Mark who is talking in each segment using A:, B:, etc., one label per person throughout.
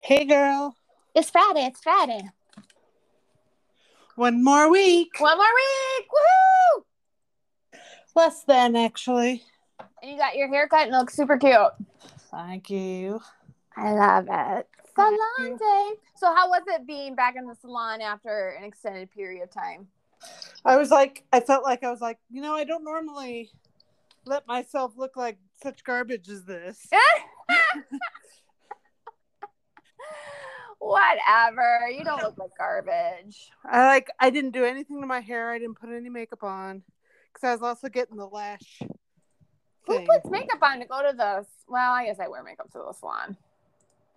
A: Hey girl,
B: It's Friday. It's Friday.
A: one more week.
B: One more week. Woohoo!
A: Less than actually.
B: And you got your haircut and it looks super cute.
A: Thank you.
B: I love it.
A: you.
B: Salon day. So, how was it being back in the salon after an extended period of time?
A: I was like, I felt like I was like, you know, I don't normally let myself look like such garbage as this.
B: Whatever. You don't look like garbage.
A: I like, I didn't do anything to my hair. I didn't put any makeup on because I was also getting the lash.
B: Who
A: thing.
B: puts makeup on to go to the? Well, I guess I wear makeup to the salon.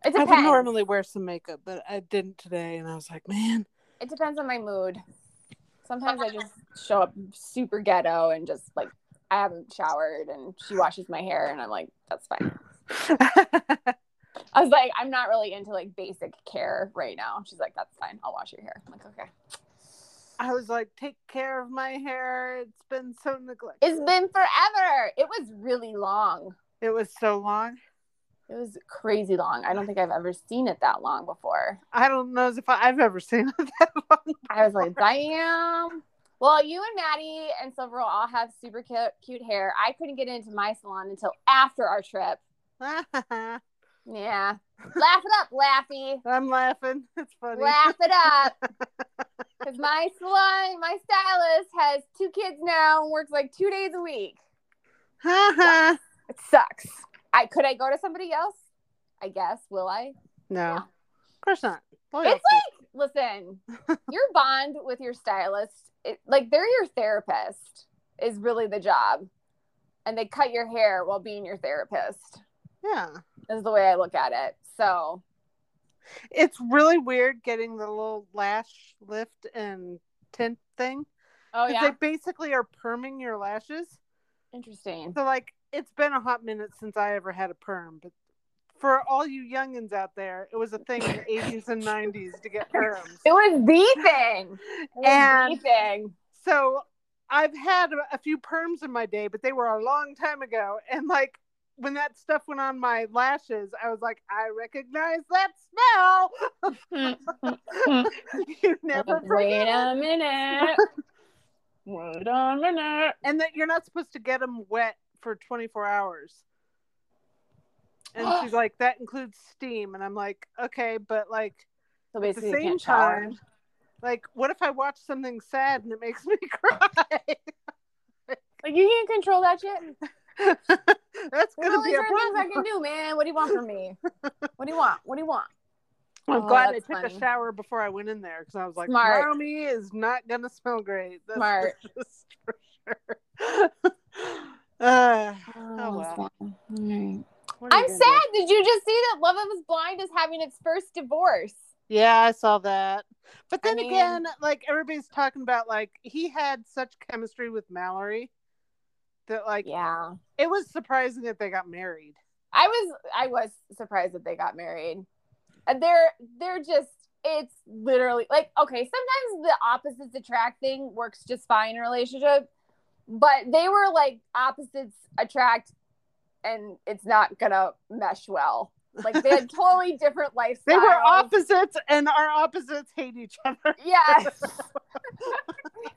B: It
A: I
B: depends.
A: would normally wear some makeup, but I didn't today, and I was like, man,
B: It depends on my mood. Sometimes I just show up super ghetto and just like I haven't showered and she washes my hair and I'm like, that's fine. I was like, I'm not really into like basic care right now. She's like, that's fine. I'll wash your hair. I'm like, okay.
A: I was like, take care of my hair. It's been so neglected.
B: It's been forever. It was really long.
A: it was so long.
B: It was crazy long. I don't think I've ever seen it that long before.
A: I don't know if I, I've ever seen it that long.
B: I was like, damn. Well, you and Maddie and Silver will all have super cute, cute hair. I couldn't get into my salon until after our trip. Yeah. Laugh it up, Laffy.
A: I'm laughing. It's funny.
B: Laugh it up. Because my salon, my stylist has two kids now and works like two days a week. It sucks. I could I go to somebody else? I guess. Will I?
A: no,
B: Yeah.
A: of course not. Loyalty.
B: It's like listen, your bond with your stylist, it, like they're your therapist, is really the job, and they cut your hair while being your therapist.
A: yeah.
B: Is the way I look at it. So
A: It's really weird getting the little lash lift and tint thing.
B: oh
A: 'cause
B: yeah,
A: They basically are perming your lashes.
B: interesting.
A: So like it's been a hot minute since I ever had a perm, but for all you youngins out there, it was a thing in the 80s and 90s to get perms.
B: It was the thing. It was
A: And-
B: the thing.
A: So I've had a- a few perms in my day, but they were a long time ago. And like when that stuff went on my lashes, I was like, I recognize that smell. you never
B: Wait
A: forget. it.
B: a minute. Wait a minute.
A: And that you're not supposed to get them wet for 24 hours. And she's like, that includes steam. And I'm like, okay, but like
B: So
A: at the
B: basically, you
A: same
B: can't shower.
A: time, like, what if I watch something sad and it makes me cry?
B: Like you can't control that shit.
A: That's
B: There's
A: gonna
B: only
A: be a
B: certain things I
A: problem.
B: can do, man. What do you want from me? What do you want? What do you want?
A: I'm
B: Oh,
A: glad I
B: that's
A: took a
B: funny.
A: shower before I went in there because I was like,
B: Smart.
A: "Mommy is not gonna smell great." That's
B: Smart. Oh,
A: just for sure. uh,
C: Oh,
A: well. what are you
B: I'm
A: gonna do?
B: sad. Did you just see that Love is Blind is having its first divorce?
A: Yeah, I saw that. But
B: I
A: then
B: mean-
A: again, like everybody's talking about, like he had such chemistry with Mallory that, like,
B: Yeah.
A: it was surprising that they got married.
B: I was I was surprised that they got married. And they're they're just it's literally like okay, sometimes the opposites attract thing works just fine in a relationship, but they were like opposites attract and it's not gonna mesh well. Like they had totally different lifestyles.
A: They were opposites, and our opposites hate each other.
B: Yeah.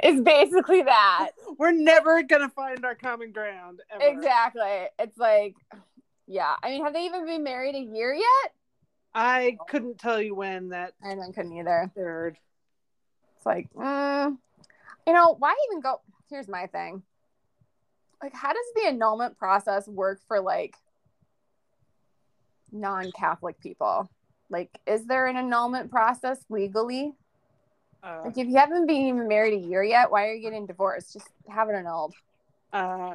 B: it's basically that.
A: We're never gonna find our common ground. Ever.
B: Exactly. It's like yeah. I mean, have they even been married a year yet?
A: I couldn't tell you when that
B: I don't- couldn't either.
A: third
B: It's like, mm, you know, why even go? Here's my thing. Like, how does the annulment process work for like non Catholic people? Like, is there an annulment process legally?
D: Uh,
C: Like if you haven't been even married a year yet, why are you getting divorced? Just have it annulled.
D: uh,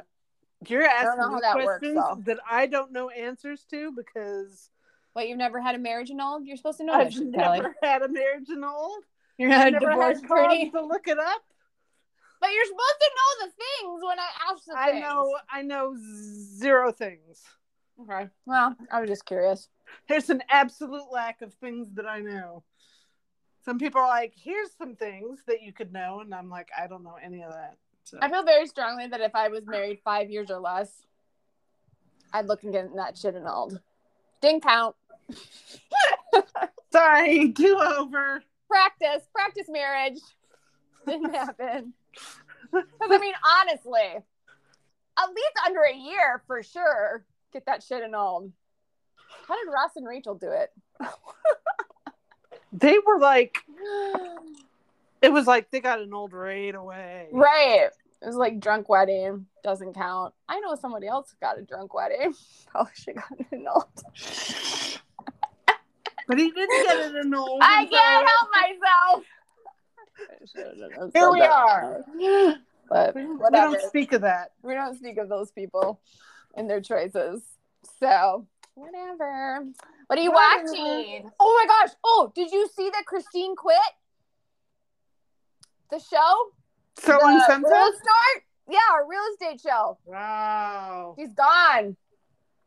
D: you're
C: don't know
D: asking
C: how
D: me
C: that works,
D: questions
C: though.
D: that I don't know answers to because
C: What you've never had a marriage annulled? You're supposed to know
D: I've
C: this, Kelly.
D: never had a marriage annulled.
C: You're not
D: I
C: a
D: never
C: divorce
D: had cause
C: attorney.
D: to look it up.
C: But you're supposed to know the things when I ask the
D: I
C: things.
D: know I know zero things.
C: Okay. Well, I was just curious.
D: There's an absolute lack of things that I know. Some people are like, "Here's some things that you could know," and I'm like, "I don't know any of that." So
C: I feel very strongly that if I was married five years or less, I'd look and get that shit annulled. Didn't count.
D: sorry, do over.
C: Practice, practice marriage. Didn't happen. I mean, honestly, at least under a year for sure. Get that shit annulled. How did Ross and Rachel do it?
D: They were like, it was like they got an old right away.
C: right. It was like drunk wedding doesn't count. I know somebody else who got a drunk wedding. Probably should got it annulled.
D: But he didn't get it annulled.
C: I
D: and so-
C: can't help myself.
D: Here we are.
C: But
D: We don't- we
C: whatever.
D: don't speak of that.
C: we don't speak of those people and their choices. So whatever. What are you
D: Whatever.
C: watching? Oh my gosh. Oh, did you see that Christine quit? The show? the
D: So
C: real
D: uncensored.
C: start? Yeah, a real estate show.
D: Wow.
C: She's gone.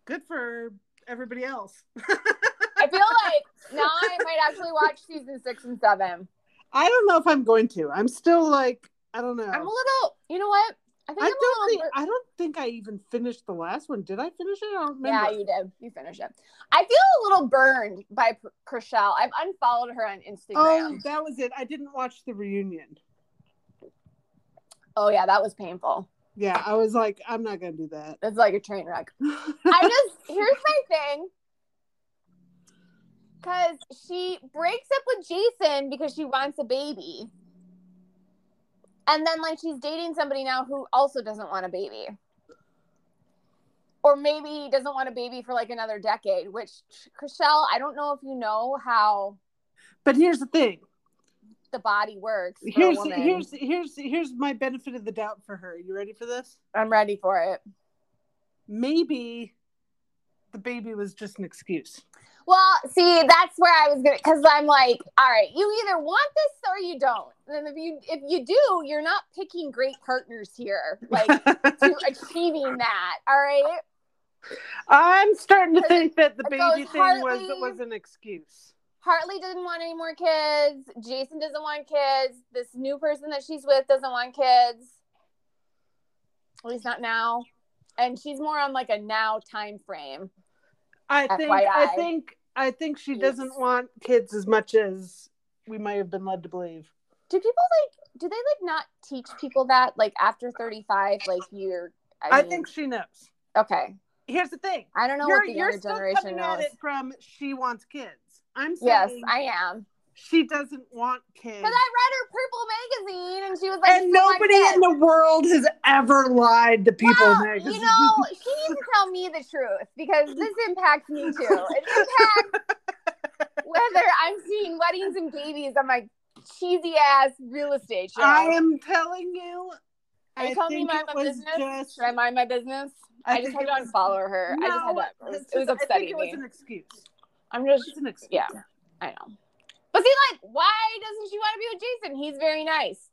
D: Good for everybody else.
C: I feel like now I might actually watch season six and seven.
D: I don't know if I'm going to. I'm still like, I don't know.
C: I'm a little you know what? I think
D: I
C: I'm a
D: don't
C: little
D: think I don't think I even finished the last one. Did I finish it? I don't remember.
C: Yeah, you did. You finished it. I feel a little burned by P- Chriselle. I've unfollowed her on
D: oh,
C: Instagram.
D: that was it. I didn't watch the reunion.
C: oh yeah, that was painful.
D: Yeah, I was like, I'm not gonna do that.
C: It's like a train wreck. I just here's my thing. Cause she breaks up with Jason because she wants a baby. And then like she's dating somebody now who also doesn't want a baby. Or maybe he doesn't want a baby for like another decade, which Chriselle, I don't know if you know how
D: but here's the thing.
C: the body works. For
D: Here's
C: a woman.
D: here's here's here's my benefit of the doubt for her. You ready for this?
C: I'm ready for it.
D: Maybe the baby was just an excuse.
C: Well, see, that's where I was gonna, because I'm like, all right, you either want this or you don't. And if you if you do, you're not picking great partners here, like to achieving that. All right,
D: I'm starting to think that the
C: It
D: baby
C: goes
D: thing was
C: Hartley.
D: was an excuse.
C: Hartley doesn't want any more kids. Jason doesn't want kids. This new person that she's with doesn't want kids. At least not now. And she's more on like a now time frame.
D: I think I
C: FYI.
D: think I think she
C: Yes.
D: doesn't want kids as much as we might have been led to believe.
C: Do people like? Do they like not teach people that like after 35? Like you're.
D: I,
C: mean,
D: think she knows.
C: Okay.
D: Here's the thing.
C: I don't know
D: You're
C: what the
D: you're
C: younger
D: still
C: generation
D: coming
C: knows.
D: at it from she wants kids. I'm saying
C: Yes, I am.
D: she doesn't want kids.
C: Because I read her Purple magazine and she was like,
D: and nobody in the world has ever lied to people.
C: well,
D: Meg.
C: You know, she needs to tell me the truth because this impacts me too. It impacts whether I'm seeing weddings and babies on my cheesy ass real estate show.
D: I am telling you.
C: Are you
D: I
C: telling me
D: think
C: mind
D: it
C: my
D: was
C: business?
D: just-
C: Should I mind my business?
D: I
C: I, just
D: think
C: had to
D: it was-
C: unfollow her. I just had to.
D: No,
C: It was,
D: it's
C: it was
D: just- I think
C: upsetting
D: it
C: me.
D: was an excuse.
C: I'm just.
D: It's an excuse.
C: Yeah, I know. But see, like, why doesn't she want to be with Jason? He's very nice.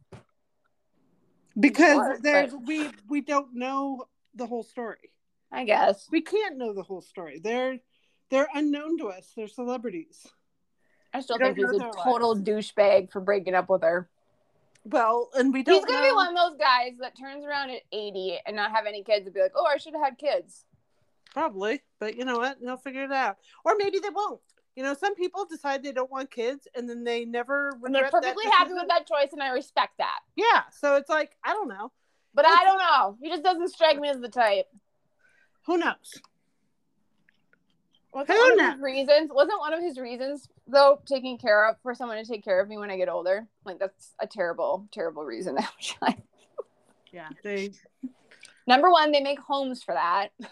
D: Because
C: Sure,
D: there's we we don't know the whole story.
C: I guess.
D: We can't know the whole story. They're they're unknown to us. They're celebrities.
C: I still
D: You
C: think
D: don't
C: he's
D: know
C: a
D: their
C: total douchebag for breaking up with her.
D: Well, and we don't
C: He's gonna be
D: know-
C: one of those guys that turns around at 80 and not have any kids and be like, oh, I should have had kids.
D: Probably, but you know what? They'll figure it out. Or maybe they won't. You know, some people decide they don't want kids and then they never
C: And they're
D: regret that
C: perfectly happy
D: decision.
C: with that choice, and I respect that.
D: Yeah. So it's like, I don't know.
C: But I
D: It's-
C: don't know. He just doesn't strike me as the type.
D: Who knows?
C: Wasn't
D: Who
C: one of
D: knows?
C: his reasons? Wasn't one of his reasons though taking care of for someone to take care of me when I get older? Like that's a terrible, terrible reason. actually.
D: Yeah. They
C: Number one, they make homes for that. it's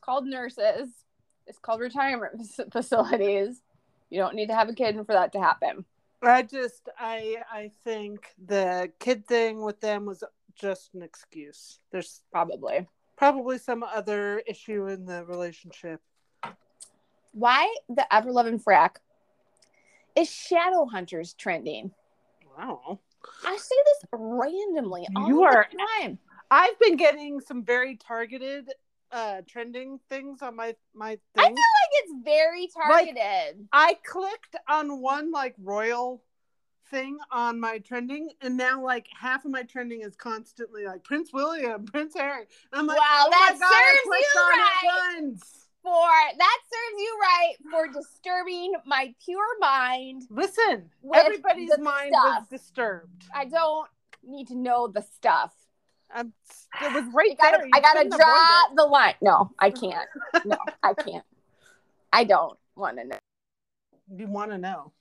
C: called nurses. It's called retirement fac- facilities. You don't need to have a kid for that to happen.
D: I just I I think the kid thing with them was just an excuse. There's
C: Probably.
D: probably some other issue in the relationship.
C: Why the ever loving frack is shadow hunters trending?
D: Wow.
C: I see this randomly all
D: You
C: the
D: are-
C: time.
D: I've been getting some very targeted uh trending things on my my
C: I feel
D: thing.
C: like it's very
D: Like-
C: targeted.
D: I clicked on one like royal thing on my trending and now like half of my trending is constantly like Prince William, Prince Harry. And I'm like,
C: Wow,
D: oh
C: that
D: my God, I
C: serves you
D: clicked on
C: right.
D: it once.
C: for that serves you right for disturbing my pure mind.
D: Listen,
C: With
D: everybody's
C: the
D: mind
C: stuff.
D: was disturbed.
C: I don't need to know the stuff.
D: I'm, it was right
C: I gotta,
D: there. You
C: I gotta
D: couldn't avoid
C: draw
D: it.
C: the line. No, I can't. No, I can't. I don't want to know.
D: You want to know.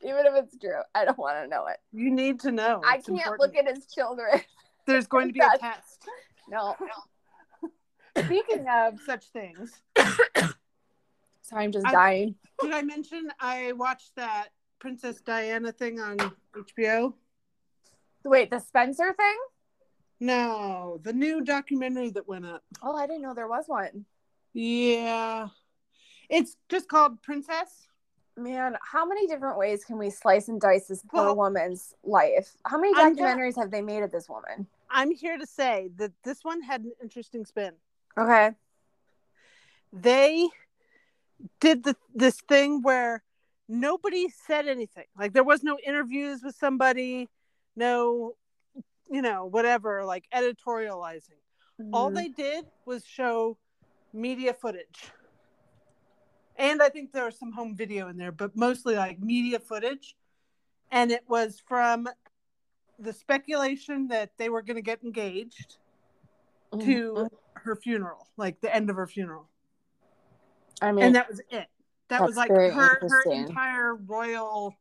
C: Even if it's true, I don't want to know it.
D: You need to know.
C: I
D: Oh, It's
C: can't
D: important.
C: look at his children.
D: There's going to be a test.
C: No,
D: Speaking of such things,
C: sorry, I'm just
D: I-
C: dying.
D: did I mention I watched that Princess Diana thing on HBO?
C: Wait, the Spencer thing?
D: No, the new documentary that went up.
C: Oh, I didn't know there was one.
D: Yeah. It's just called Princess.
C: Man, how many different ways can we slice and dice this poor
D: Well-
C: woman's life? How many
D: I'm not-
C: documentaries have they made of this woman?
D: I'm here to say that this one had an interesting spin.
C: Okay.
D: they did the, this thing where nobody said anything. Like there was no interviews with somebody, no, you know, whatever, like editorializing. All
C: Mm-hmm.
D: they did was show media footage. And I think there was some home video in there, but mostly like media footage. And it was from the speculation that they were going to get engaged
C: Mhm.
D: to her funeral, like the end of her funeral
C: I mean,
D: and that was it. That was
C: That's
D: like
C: very
D: her her
C: interesting.
D: entire royal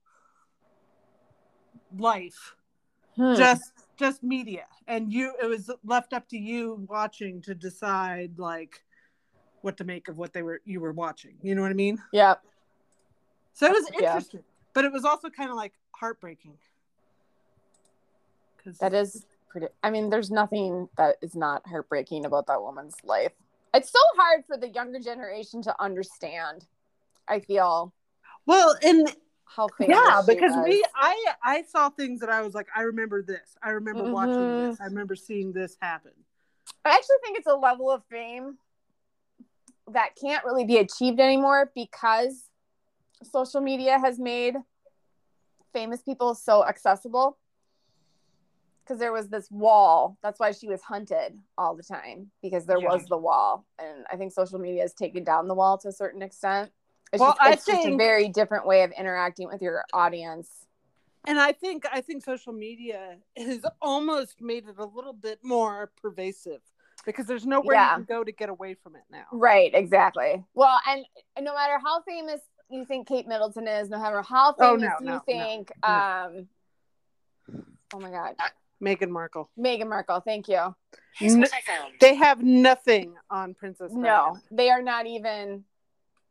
D: life,
C: hmm.
D: just just media, and you. It was left up to you watching to decide like what to make of what they were you were watching. You know what I mean?
C: yep.
D: So it was
C: Yeah.
D: interesting, but it was also kind of like heartbreaking. Because
C: That is pretty. I mean, there's nothing that is not heartbreaking about that woman's life. It's so hard for the younger generation to understand. I feel
D: well, and
C: how famous
D: yeah,
C: she
D: because
C: was.
D: we I I saw things that I was like, I remember this, I remember watching
C: Mhm.
D: this, I remember seeing this happen.
C: I actually think it's a level of fame that can't really be achieved anymore because social media has made famous people so accessible. Because there was this wall. That's why she was hunted all the time because there
D: Yeah.
C: was the wall. And I think social media has taken down the wall to a certain extent. It's,
D: Well,
C: just,
D: I
C: it's just a
D: think-
C: very different way of interacting with your audience.
D: and i think i think social media has almost made it a little bit more pervasive because there's nowhere
C: Yeah.
D: you can go to get away from it now
C: Right, exactly. Well, and and no matter how famous you think Kate Middleton is, no matter how
D: Oh,
C: famous
D: no, no,
C: you
D: no, Mm-hmm.
C: think,
D: no.
C: um, oh my God,
D: meghan markle
C: Meghan Markle, thank you.
D: N- they have nothing on princess
C: No,
D: Diana.
C: they are not even.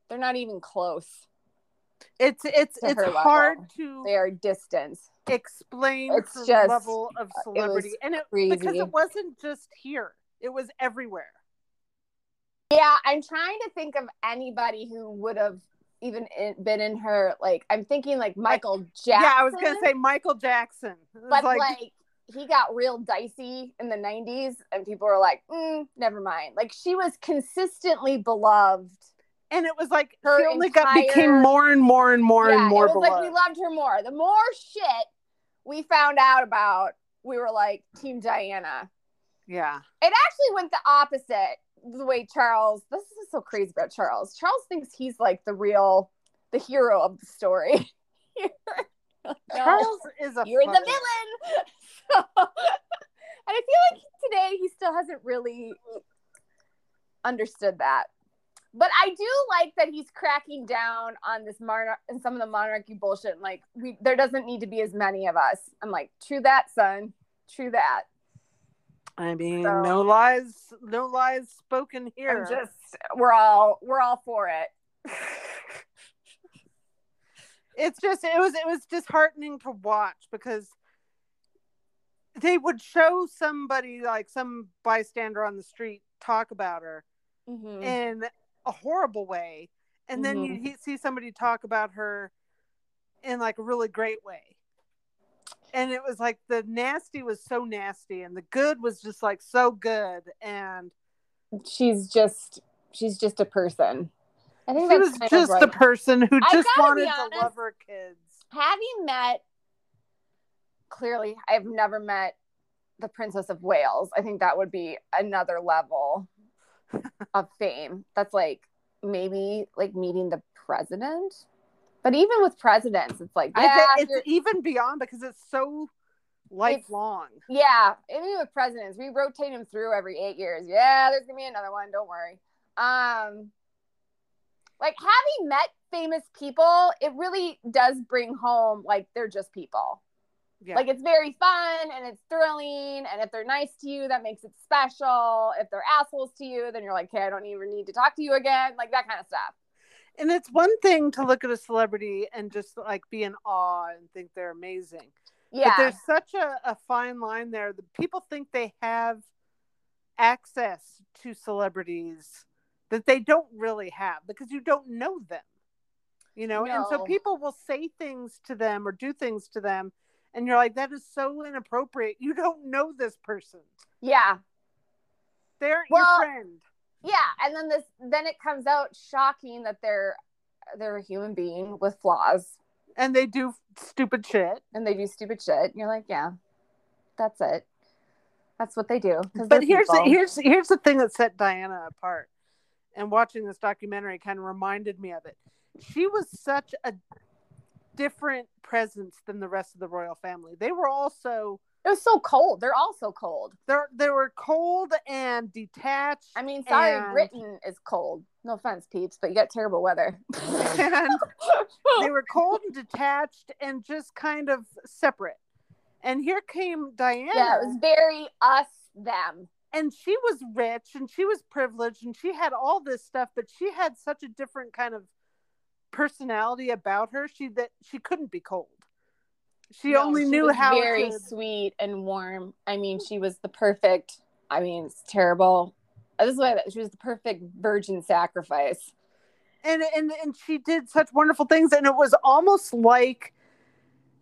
C: They're not even close.
D: it's it's
C: To
D: it's
C: her
D: hard
C: level.
D: to
C: They are distant.
D: explain
C: It's
D: her
C: just- uh,
D: level of celebrity and it because
C: crazy.
D: it wasn't just here it was everywhere
C: Yeah, I'm trying to think of anybody who would have even in, been in her. Like, I'm thinking like Michael Jackson.
D: yeah i was gonna say michael jackson It was
C: but
D: like,
C: like, he got real dicey in the 90s and people were like mm, never mind like she was consistently beloved
D: and it was like
C: her
D: she only got became
C: entire-
D: more and more and more
C: yeah,
D: and more
C: it was like we
D: beloved.
C: loved her more the more shit we found out about we were like team diana
D: yeah
C: it actually went the opposite the way charles this is so crazy about charles charles thinks he's like the real the hero of the story
D: Charles is a
C: you're the
D: fucker.
C: villain. So, and I feel like today he still hasn't really understood that. But I do like that he's cracking down on this monarch and some of the monarchy bullshit. And like, we there doesn't need to be as many of us. I'm like, true that, son. True that.
D: I mean,
C: So-
D: no lies, no lies spoken here.
C: I'm just, we're all, we're all for it.
D: it's just it was it was disheartening to watch because they would show somebody like some bystander on the street talk about her
C: Mhm.
D: in a horrible way and then
C: Mm-hmm.
D: you he- see somebody talk about her in like a really great way and it was like the nasty was so nasty and the good was just like so good and
C: she's just she's just a person. I
D: she
C: think that's
D: was
C: kind
D: just
C: of
D: the
C: like,
D: person who
C: I
D: just
C: gotta be
D: wanted to love
C: honest.
D: her kids
C: having met clearly I've never met the Princess of Wales. I think that would be another level of fame. That's like maybe like meeting the president. But even with presidents, it's like yeah,
D: I think
C: you're-
D: it's even beyond because it's so lifelong.
C: Yeah, even with presidents, we rotate them through every eight years. Yeah, there's gonna be another one. Don't worry. Um, like having met famous people, it really does bring home like they're just people.
D: yeah.
C: Like it's very fun and it's thrilling, and if they're nice to you, that makes it special. If they're assholes to you, then you're like, okay, I don't even need to talk to you again. Like that kind of stuff.
D: and it's one thing to look at a celebrity and just like be in awe and think they're amazing. But
C: Yeah,
D: there's such a, a fine line there. The people think they have access to celebrities that they don't really have because you don't know them. You know, and so
C: No.
D: people will say things to them or do things to them, and you're like, that is so inappropriate. You don't know this person.
C: yeah.
D: They aren't
C: Well,
D: your friend.
C: yeah and then this then it comes out shocking that they're they're a human being with flaws
D: and they do stupid shit.
C: and they do stupid shit and you're like yeah that's it that's what they do 'cause they're
D: But here's the,
C: people.
D: here's here's the thing that set Diana apart. And watching this documentary kind of reminded me of it. She was such a different presence than the rest of the royal family. They were also
C: it was so cold they're all so cold
D: they they were cold and detached.
C: i mean sorry
D: And-
C: britain is cold no offense peeps but you got terrible weather
D: and they were cold and detached and just kind of separate. And here came Diana.
C: yeah it was very us them
D: and she was rich and she was privileged and she had all this stuff but she had such a different kind of personality about her she that she couldn't be cold she
C: No,
D: only
C: she
D: knew
C: was
D: how
C: very
D: to,
C: sweet and warm. I mean, she was the perfect. I mean, it's terrible. This is why she was the perfect virgin sacrifice.
D: and and and she did such wonderful things and it was almost like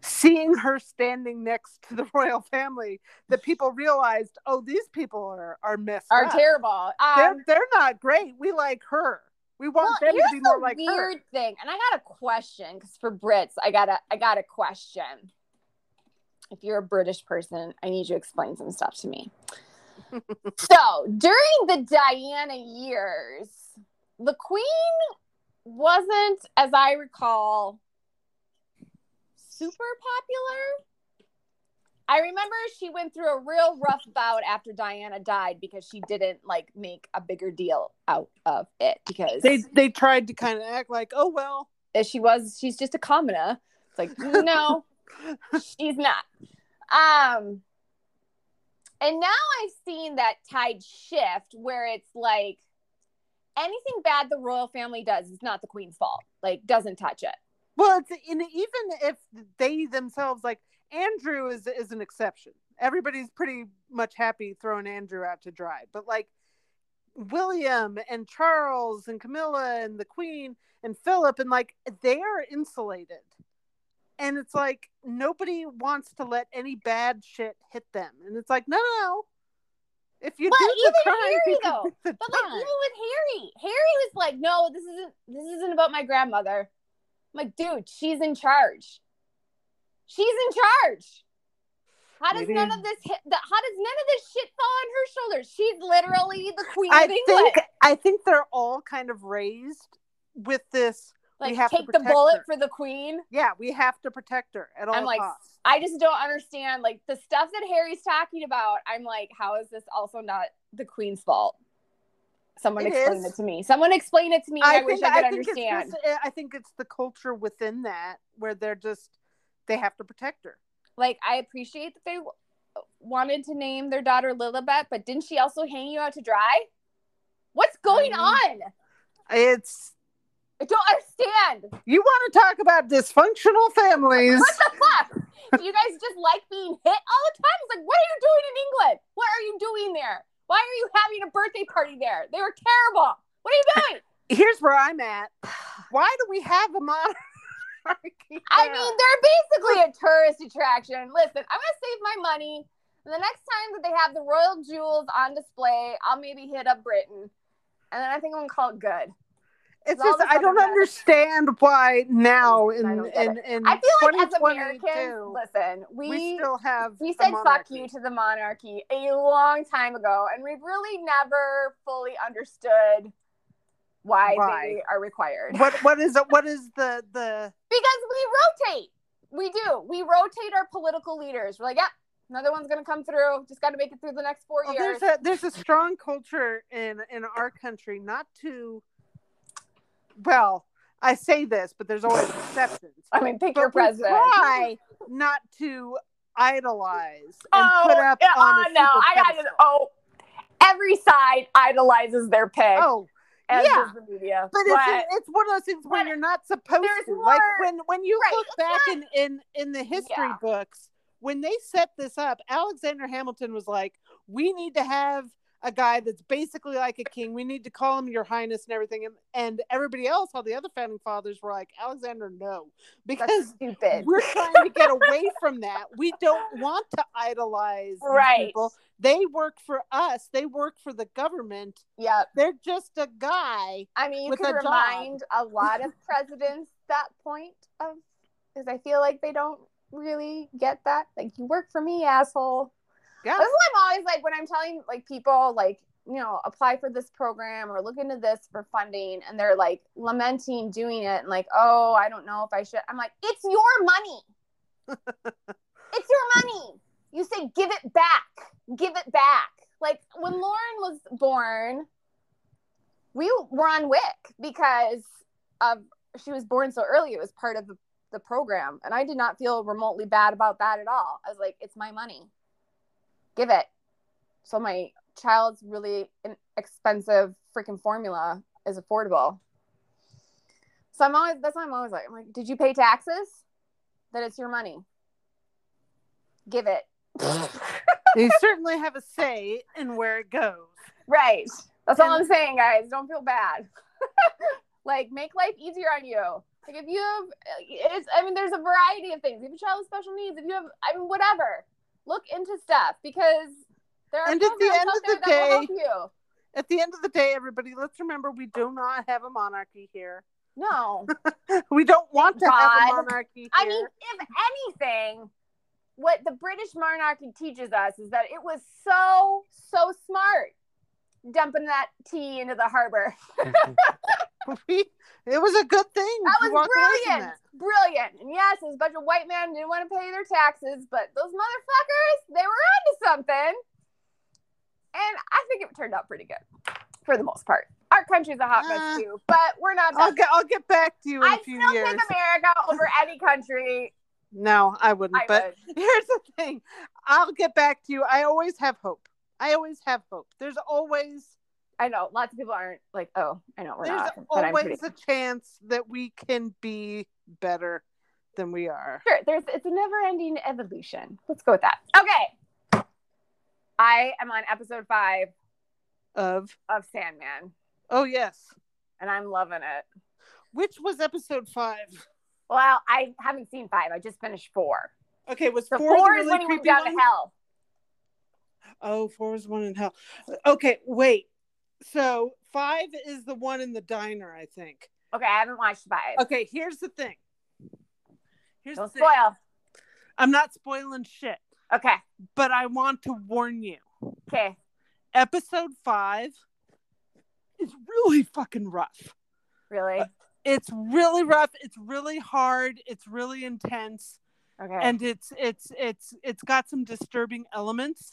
D: seeing her standing next to the royal family that people realized oh these people are are messed
C: Are
D: up
C: terrible. Um,
D: they're, they're not great we like her we want
C: well,
D: them to
C: here's
D: be more
C: the
D: like her
C: weird thing, and I got a question because for Brits, I got a I got a question. If you're a British person, I need you to explain some stuff to me. so during the Diana years, the Queen wasn't, as I recall, super popular. I remember she went through a real rough bout after Diana died because she didn't like make a bigger deal out of it because
D: they they tried to kind of act like oh well
C: that she was she's just a commoner. It's like, no, she's not. Um and now I've seen that tide shift where it's like anything bad the royal family does is not the queen's fault. Like doesn't touch it.
D: Well, it's and even if they themselves like Andrew is is an exception. Everybody's pretty much happy throwing Andrew out to dry, but like William and Charles and Camilla and the Queen and Philip and like they are insulated. And it's like nobody wants to let any bad shit hit them. And it's like, no, no, no. If you
C: Well,
D: do the
C: even
D: crime, you
C: Harry,
D: can
C: though.
D: do the
C: But like
D: time.
C: even with Harry, Harry was like, no, this isn't this isn't about my grandmother. I'm like, dude, she's in charge. She's in charge. How does
D: Maybe-
C: none of this hit the, how does none of this shit fall on her shoulders? She's literally the queen
D: I
C: of England.
D: think I think they're all kind of raised with this we
C: like
D: have to
C: take the
D: protect
C: bullet
D: her.
C: for the queen.
D: yeah, we have to protect her at all
C: I'm like,
D: costs.
C: I just don't understand like the stuff that Harry's talking about. I'm like, how is this also not the queen's fault? Someone
D: It
C: explain
D: is.
C: it to me. Someone explain it to me. I, wish I could
D: think
C: understand.
D: It's just, eh, I think it's the culture within that where they're just they have to protect her.
C: like I appreciate that they w- wanted to name their daughter Lilibet, but didn't she also hang you out to dry? What's going
D: Mhm.
C: on?
D: It's
C: I don't understand.
D: You want to talk about dysfunctional families?
C: What the fuck? Do you guys just like being hit all the time? It's like, what are you doing in England? What are you doing there? Why are you having a birthday party there? They were terrible. What are you doing?
D: Here's where I'm at. Why do we have a monarchy?
C: I
D: there?
C: mean, they're basically a tourist attraction. Listen, I'm gonna save my money. And the next time that they have the royal jewels on display, I'll maybe hit up Britain. And then I think I'm gonna call it good.
D: it's
C: all
D: just
C: the
D: I don't
C: fucking matters.
D: understand why now in
C: I don't get
D: in, in
C: I feel like as
D: 2022,
C: Americans, listen, we
D: we still have
C: we
D: a
C: said fuck
D: monarchy.
C: you to the monarchy a long time ago, and we've really never fully understood why,
D: Why?
C: they are required.
D: What what is it? What is the the
C: Because we rotate. We do. We rotate our political leaders. We're like, yeah, another one's gonna come through. Just gotta make it through the next four
D: well,
C: years.
D: there's a there's a strong culture in in our country not to well I say this but there's always exceptions
C: I mean, pick
D: but
C: your
D: we
C: president.
D: try not to idolize and
C: oh,
D: put up
C: yeah,
D: on
C: oh,
D: a
C: no,
D: super
C: I got it.
D: pedestal.
C: Oh, every side idolizes their pick,
D: oh
C: as
D: yeah.
C: does the media.
D: but it's, it's one of those things where
C: but
D: you're not supposed
C: there's
D: to like
C: more-
D: when when you
C: right,
D: look
C: it's
D: back in, in in the history
C: Yeah.
D: books when they set this up alexander hamilton was like we need to have a guy that's basically like a king we need to call him your highness and everything and, and everybody else all the other founding fathers were like alexander no
C: that's
D: because
C: stupid.
D: we're trying to get away from that we don't want to idolize these
C: Right.
D: people they work for us they work for the government
C: Yep.
D: they're just a guy
C: I mean, you
D: with
C: could
D: a job.
C: remind a lot of presidents that point of because I feel like they don't really get that. Like, you work for me, asshole.
D: yeah
C: That's what I'm always like when I'm telling like people like you know apply for this program or look into this for funding, and they're like lamenting doing it and like oh I don't know if I should. I'm like it's your money. it's your money. You say give it back. Give it back. Like when Lauren was born, we were on WIC because of she was born so early. It was part of the, the program, and I did not feel remotely bad about that at all. I was like, it's my money give it. So my child's really in- expensive freaking formula is affordable. So I'm always that's why I'm always like I'm like, did you pay taxes? That it's your money. Give it.
D: they certainly have a say in where it goes.
C: Right. That's all I'm saying, guys. Don't feel bad. like make life easier on you. Like if you have, it's. I mean, there's a variety of things. If you child with special needs, if you have, I mean, whatever. Look into stuff because there are
D: And at the
C: programs
D: end
C: out
D: of
C: there
D: the
C: that will
D: day-
C: help you.
D: At the end of the day, everybody, let's remember we do not have a monarchy here.
C: No.
D: We don't want to have a
C: God.
D: monarchy here.
C: I mean, if anything, what the British monarchy teaches us is that it was so, so smart dumping that tea into the harbor.
D: We- it was a good thing.
C: That
D: to
C: was
D: walk away from
C: brilliant. Brilliant. And yes, it was a bunch of white men who didn't want to pay their taxes, but those motherfuckers, they were onto something. And I think it turned out pretty good for the most part. Our country's a hot
D: Uh,
C: mess too, but we're not.
D: that. I'll
C: done.
D: get, I'll get back to you in a
C: I'd
D: few
C: still
D: years.
C: pick America over any country.
D: no, I wouldn't.
C: I
D: but
C: would.
D: here's the thing I'll get back to you. I always have hope. I always have hope. There's always
C: I know lots of people aren't like, oh, I know we're
D: there's
C: not, but I'm pretty
D: always a chance that we can be better than we are.
C: sure. There's it's a never-ending evolution. Let's go with that. Okay, I am on episode five
D: Of
C: of Sandman,
D: oh yes.
C: and I'm loving it.
D: Which was episode five?
C: Well, I haven't seen five. I just finished four.
D: Okay, was
C: So
D: four,
C: four,
D: the
C: is
D: really
C: when he went
D: creepy
C: down
D: one?
C: to hell.
D: Oh, four is one in hell. Okay, wait. So five is the one in the diner, I think.
C: Okay, I haven't watched five.
D: Okay, here's the thing. Here's
C: Don't
D: the thing.
C: spoil.
D: I'm not spoiling shit,
C: Okay,
D: but I want to warn you.
C: okay.
D: Episode five is really fucking rough.
C: Really?
D: Uh, It's really rough. It's really hard. It's really intense,
C: Okay. And
D: and it's it's it's it's got some disturbing elements.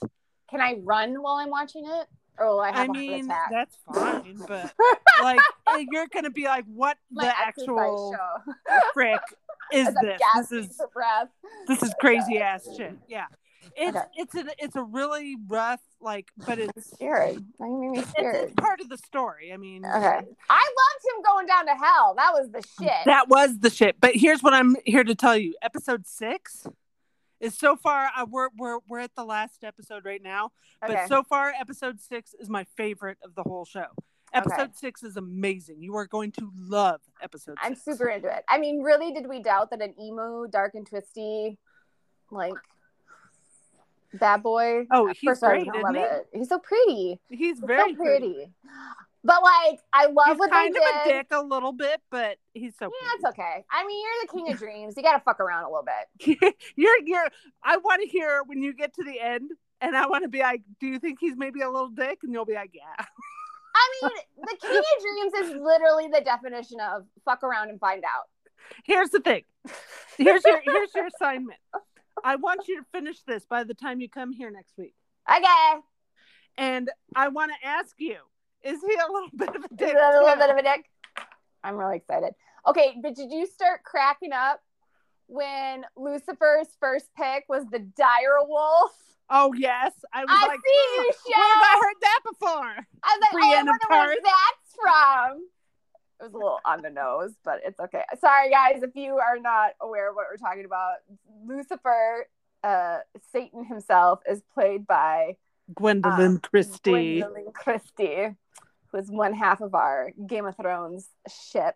C: can I run while I'm watching it, or will I
D: I
C: have a heart
D: mean,
C: attack?
D: that's fine, but like eh, you're gonna be like, what
C: My
D: the
C: exercise
D: actual
C: show.
D: frick is
C: As I'm
D: this? This
C: gasping
D: is
C: for breath.
D: this is crazy ass shit. Yeah. It's
C: Okay.
D: it's a it's a really rough like, but it's it's,
C: Scared. Why you made me
D: it's
C: scared?
D: part of the story. I mean,
C: Okay. I loved him going down to hell. That was the shit.
D: that was the shit. But here's what I'm here to tell you: episode six is so far. I, we're we're we're at the last episode right now,
C: okay.
D: but so far, episode six is my favorite of the whole show. Episode six is amazing. You are going to love episode.
C: I'm
D: six.
C: super into it. I mean, really, did we doubt that an emu, dark and twisty, like bad boy?
D: Oh,
C: At
D: he's
C: first I
D: great,
C: didn't
D: isn't
C: love
D: he?
C: it. He's so pretty.
D: He's
C: He's
D: very
C: so pretty. But like, I love
D: He's
C: what
D: kind
C: they
D: of
C: did.
D: a dick a little bit, but he's so.
C: Yeah, it's okay. I mean, you're the king of dreams. You gotta fuck around a little bit.
D: pretty. you're you're. I want to hear when you get to the end, and I want to be like, "Do you think he's maybe a little dick?" And you'll be like, "Yeah."
C: I mean, the king of dreams is literally the definition of fuck around and find out.
D: Here's the thing. Here's your here's your assignment. I want you to finish this by the time you come here next week,
C: Okay,
D: and I want to ask you: Is he a little bit of a
C: Is
D: dick?
C: that a little
D: too?
C: bit of a dick. I'm really excited. Okay, but did you start cracking up when Lucifer's first pick was the dire wolf?
D: Oh yes, I was
C: I
D: like,
C: see
D: "Hmm,
C: you,
D: where have
C: Chef."
D: I heard that before?
C: I was like, oh, I
D: Brienne of
C: wonder where
D: Tarth.
C: that's from. It was a little on the nose, but it's okay. Sorry, guys, if you are not aware of what we're talking about, Lucifer, uh, Satan himself, is played by
D: Gwendolyn Christie.
C: Ah, Gwendolyn Christie, who is one half of our Game of Thrones ship.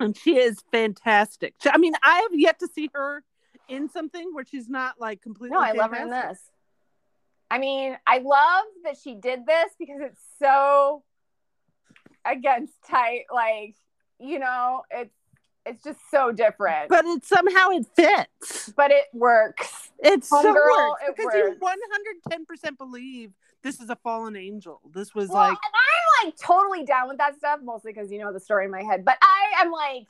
D: and she is fantastic. She- I mean, I have yet to see her in something where she's not like completely.
C: No, I love her in
D: fantastic.
C: this. I mean, I love that she did this because it's so against type. Like, you know, it's it's just so different, but,
D: But it somehow it fits.
C: it works.
D: It's so
C: Homegirl,
D: works
C: it
D: because you
C: works.
D: one hundred ten percent believe this is a fallen angel. This was
C: well,
D: like
C: and I'm like totally down with that stuff, mostly because you know the story in my head. But I am like,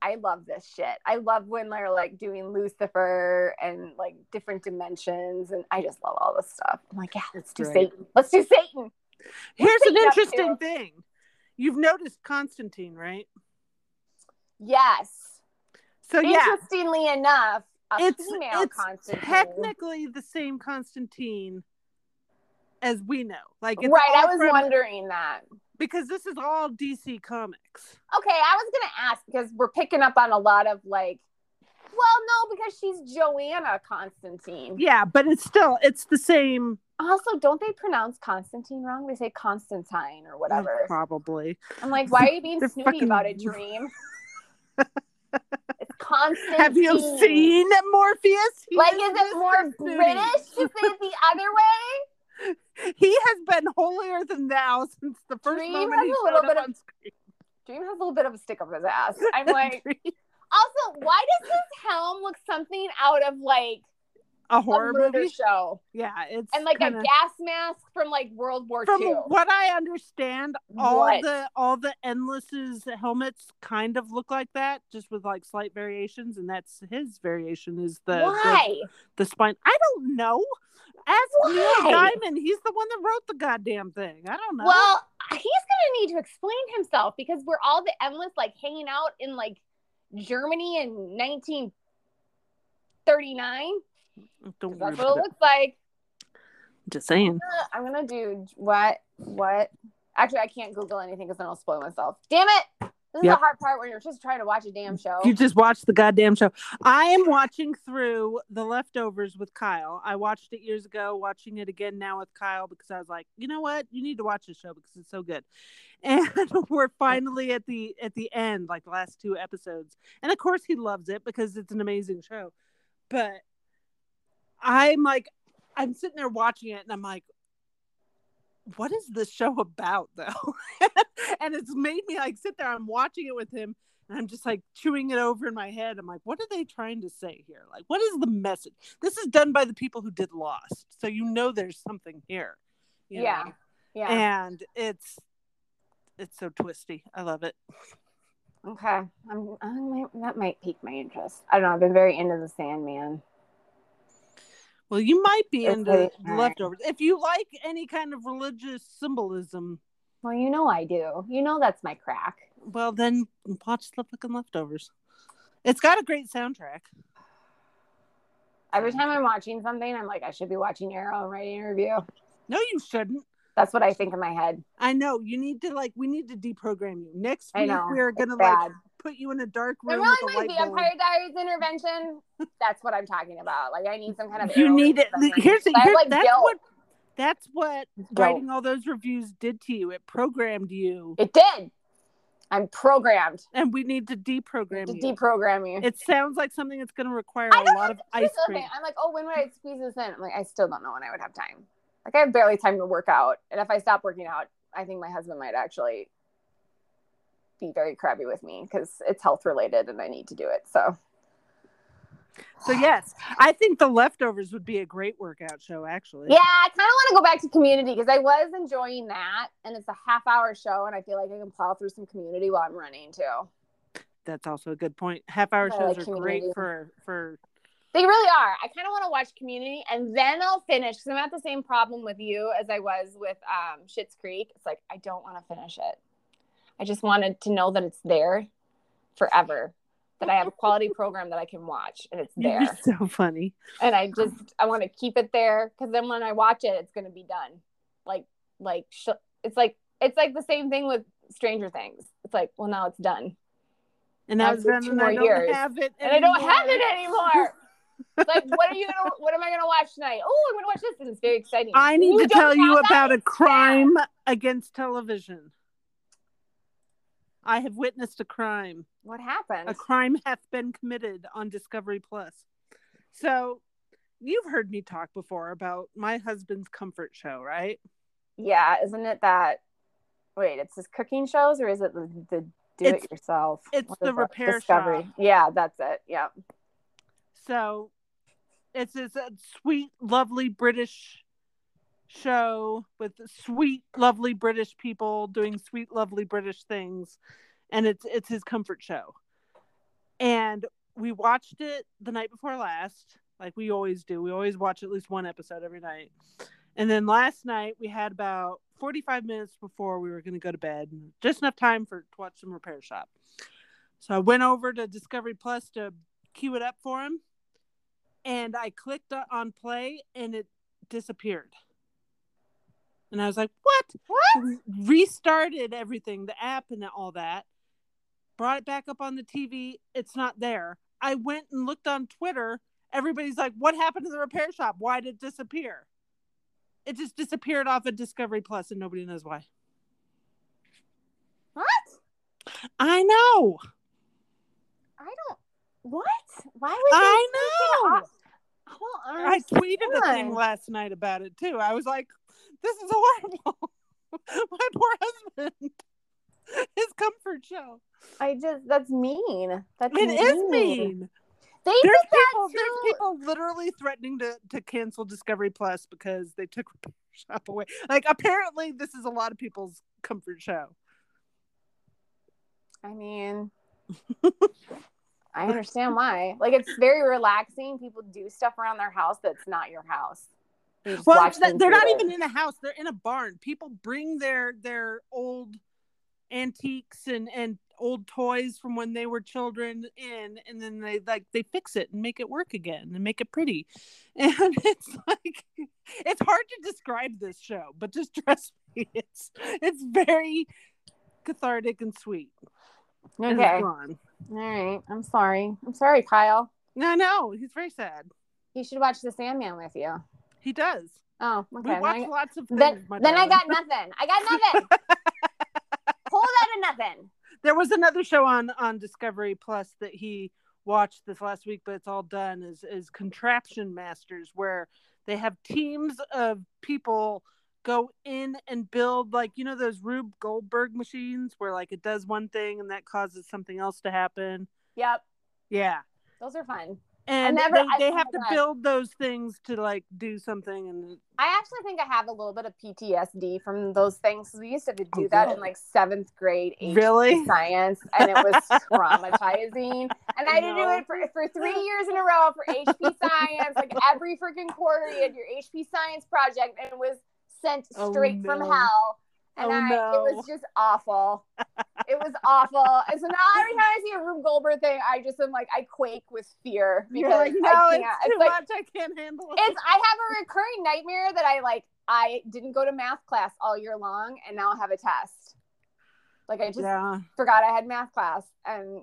C: I love this shit. I love when they're like doing Lucifer and like different dimensions, and I just love all this stuff. I'm like, yeah, let's do
D: great.
C: Satan. Let's do Satan.
D: here's an
C: picked up too.
D: interesting thing. You've noticed Constantine, right?
C: Yes.
D: So Oh, yeah,
C: Interestingly enough, a
D: it's
C: female
D: it's
C: Constantine.
D: technically the same Constantine as we know. Like it's
C: right, I
D: all
C: was
D: from-
C: wondering that.
D: because this is all DC Comics.
C: Okay, I was gonna ask because we're picking up on a lot of like, well, no, because she's Joanna Constantine.
D: Yeah, but it's still it's the same
C: Also, don't they pronounce Constantine wrong? They say Constantine or
D: Oh,
C: whatever.
D: Probably.
C: I'm like, why are you being
D: They're
C: snooty
D: fucking-
C: about a dream? it's Constantine.
D: Have you seen Morpheus? He
C: Like, is
D: is
C: it
D: Mr.
C: more
D: Snooty.
C: British to say it the other way?
D: He has been holier than thou since the first
C: Dream
D: moment
C: has
D: he
C: a
D: showed
C: little
D: up
C: bit of-
D: on screen.
C: Dream has a little bit of a stick up his ass. I'm like,
D: Dream-
C: Also, why does his helm look something out of like
D: a
C: a
D: horror
C: murder
D: movie.
C: show
D: Yeah, it's
C: and like
D: kinda-
C: a gas mask from like World War
D: From
C: II?
D: what I understand, all
C: What?
D: the all the endlesses helmets kind of look like that, just with like slight variations, and that's his variation is the the,
C: why?
D: the spine. I don't know. Ask Neil
C: Why?
D: Diamond. He's the one that wrote the goddamn thing. I don't know.
C: Well, he's gonna need to explain himself because we're all the endless like hanging out in like Germany in 1939.
D: don't worry
C: That's what it
D: about it.
C: looks like.
D: Just saying.
C: Uh, I'm gonna do what? What? Actually, I can't Google anything because then I'll spoil myself. Damn it! This is
D: Yep.
C: the hard part when you're just trying to watch a damn show.
D: You just watched the goddamn show. I am watching through the leftovers with Kyle. I watched it years ago, watching it again now with Kyle because I was like, you know what, you need to watch this show because it's so good. And we're finally at the at the end, like the last two episodes. And of course, he loves it because it's an amazing show. But I'm like, I'm sitting there watching it, and I'm like. What is this show about though? and it's made me like sit there. I'm watching it with him and I'm just like chewing it over in my head. I'm like, what are they trying to say here? Like, what is the message? This is done by the people who did Lost, so you know there's something here. you
C: Yeah,
D: know?
C: yeah.
D: and it's it's so twisty. I love it.
C: Okay, I'm, I might, that might pique my interest. I don't know. I've been very into the Sandman.
D: Well, you might be
C: It's
D: into
C: really
D: the
C: fun.
D: leftovers if you like any kind of religious symbolism.
C: Well, you know I do. You know that's my crack.
D: Well, then watch the fucking leftovers. It's got a great soundtrack.
C: Every time I'm watching something, I'm like, I should be watching Arrow and writing a review.
D: No, you shouldn't.
C: That's what I think in my head.
D: I know you need to like we need to deprogram you. Next
C: I
D: week
C: know,
D: we are gonna
C: It's bad.
D: like put you in a dark
C: I
D: room
C: really
D: with a
C: like
D: light
C: the
D: bulb.
C: Empire Diaries intervention. That's what I'm talking about. Like I need some kind of
D: You
C: Arrow
D: need it.
C: intervention.
D: Here's
C: But I
D: here,
C: like
D: that's
C: guilt.
D: what that's what
C: Guilt.
D: writing all those reviews did to you. It programmed you,
C: It did. I'm programmed
D: and we need to deprogram
C: to
D: you.
C: deprogram you.
D: It sounds like something that's going to require
C: I
D: a
C: don't
D: lot
C: have
D: of
C: to do
D: ice
C: the other
D: cream.
C: thing. I'm like, oh, when would I squeeze this in? I'm like, I still don't know when I would have time. Like I have barely time to work out, and if I stop working out, I think my husband might actually be very crabby with me because it's health related and I need to do it. So
D: So yes, I think the leftovers would be a great workout show. Actually,
C: yeah, I kind of want to go back to community because I was enjoying that, and it's a half hour show, and I feel like I can plow through some community while I'm running too.
D: that's also a good point. Half hour
C: I
D: shows
C: like
D: are great
C: community.
D: for for
C: They really are. I kind of want to watch Community and then I'll finish because I'm at the same problem with you as I was with um, Schitt's Creek. It's like I don't want to finish it. I just wanted to know that it's there forever. That I have a quality program that I can watch and it's
D: You're
C: there.
D: so funny.
C: And I just I want to keep it there because then when I watch it, it's going to be done. Like like sh- it's like it's like the same thing with Stranger Things. It's like well now it's done
D: And I
C: After
D: was done,
C: two
D: and
C: more
D: I don't
C: years.
D: have it,
C: and I don't have it
D: anymore.
C: anymore. It's like, what are you gonna? What am I gonna watch tonight? Oh, I'm gonna watch this, and it's very exciting.
D: I need to
C: don't
D: tell you
C: have
D: about
C: that?
D: a crime against television. I have witnessed a crime.
C: What happened?
D: A crime hath been committed on Discovery Plus. So, you've heard me talk before about my husband's comfort show, right?
C: yeah, isn't it that? Wait, it's his cooking shows, or is it the, the do
D: It's-
C: it yourself?
D: it's the repair
C: discovery.
D: shop.
C: Yeah, that's it. Yeah,
D: So, it's this uh, sweet, lovely British show with sweet, lovely British people doing sweet, lovely British things, and it's it's his comfort show. And we watched it the night before last, like we always do. We always watch at least one episode every night. And then last night we had about 45 minutes before we were going to go to bed, just enough time for to watch some repair shop. So I went over to Discovery Plus to queue it up for him, and I clicked o- on play, and it disappeared. And I was like, "What?"
C: What?
D: So we restarted everything, the app and all that. Brought it back up on the TV. It's not there. I went and looked on Twitter. Everybody's like, "What happened to the repair shop? Why did it disappear?" It just disappeared off of Discovery Plus, and nobody knows why.
C: What?
D: I know.
C: I don't. What? Why would
D: I
C: they
D: know.
C: take it off? I don't
D: I tweeted a thing
C: understand.
D: last night about it too. I was like, "This is horrible." My poor husband. His comfort show.
C: I just that's mean. That's
D: It
C: mean.
D: is mean.
C: They
D: There's
C: did that
D: people, there's
C: too.
D: people literally threatening to, to cancel Discovery Plus because they took Repair Shop away. Like apparently this is a lot of people's comfort show.
C: I mean, I understand why. Like, it's very relaxing. People do stuff around their house that's not your house. You just
D: Well,
C: watch
D: it's that-
C: them
D: they're
C: do
D: not
C: it.
D: even in a house; they're in a barn. People bring their their old antiques and and old toys from when they were children in, and then they like they fix it and make it work again and make it pretty. And it's like it's hard to describe this show, but just trust me, it's it's very cathartic and sweet. And it's
C: Okay. All
D: fun.
C: right. I'm sorry. I'm sorry, Kyle.
D: No, no, he's very sad.
C: You should watch The Sandman with you.
D: He does.
C: Oh, okay.
D: We
C: Then I,
D: watch lots of things.
C: then,
D: my
C: then I got
D: darling.
C: nothing. I got nothing. Hold out of nothing.
D: there was another show on on discovery plus that he watched this last week but it's all done is is contraption masters where they have teams of people go in and build like you know those rube goldberg machines where like it does one thing and that causes something else to happen
C: Yep.
D: yeah
C: Those are fun.
D: and
C: never- I-
D: they,
C: oh
D: they have
C: my
D: to
C: God.
D: build those things to like do something and
C: I actually think I have a little bit of PTSD from those things. 'cause We used to have to do
D: Oh,
C: that in
D: really?
C: like seventh grade, eighth
D: Really?
C: science, and it was traumatizing. And I had to do
D: No.
C: it for, for three years in a row for HP science. like every freaking quarter, you had your HP science project, and it was sent
D: Oh,
C: straight from
D: no.
C: hell. And
D: Oh,
C: I, it was
D: no.
C: just awful. It was awful. and so now every time I see a Rube Goldberg thing, I just am like, I quake with fear
D: You're
C: because
D: like, no,
C: I
D: it's
C: can't.
D: too
C: It's like
D: much. I can't handle it.
C: it's I have a recurring nightmare that I like I didn't go to math class all year long and now I have a test. Like I just
D: yeah.
C: forgot I had math class and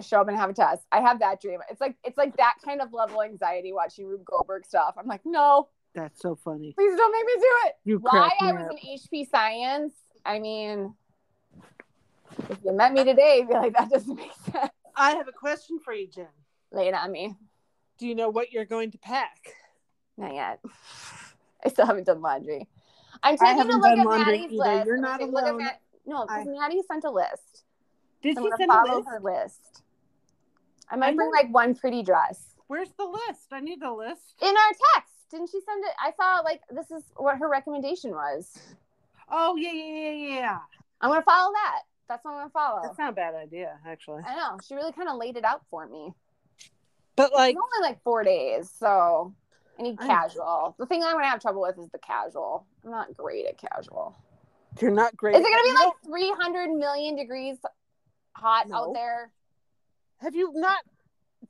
C: show up and have a test. I have that dream. It's like it's like that kind of level anxiety watching Rube Goldberg stuff. I'm like, no,
D: That's so funny.
C: please don't make me do it.
D: You
C: Why
D: crack me
C: I
D: up.
C: was in HP science, I mean if you met me today, you'd be like, that doesn't make sense.
D: I have a question for you, Jen.
C: Lay it on me.
D: Do you know what you're going to pack?
C: Not yet. I still haven't done laundry. I'm
D: I
C: taking a
D: haven't
C: look
D: done
C: at
D: laundry
C: Maddie's
D: either.
C: list.
D: You're
C: I'm
D: not
C: taking a look at
D: alone.
C: Matt- no, because
D: I-
C: Maddie sent a list.
D: Did
C: So I'm
D: she
C: gonna
D: send a
C: follow
D: list?
C: her list. I
D: I
C: might bring
D: know.
C: like one pretty dress
D: Where's the list? I need a list.
C: in our text. Didn't she send it? I saw like this is what her recommendation was.
D: Oh yeah, yeah, yeah, yeah.
C: I'm gonna follow that. That's what I'm gonna follow.
D: That's not a bad idea, actually.
C: I know she really kind of laid it out for me.
D: But like,
C: it's only like four days, so I need
D: I know.
C: casual. The thing I'm gonna have trouble with is the casual. I'm not great at casual.
D: you're not great.
C: Is it
D: at-
C: gonna
D: you
C: be like
D: don't-
C: 300 million degrees hot
D: No.
C: out there?
D: Have you not?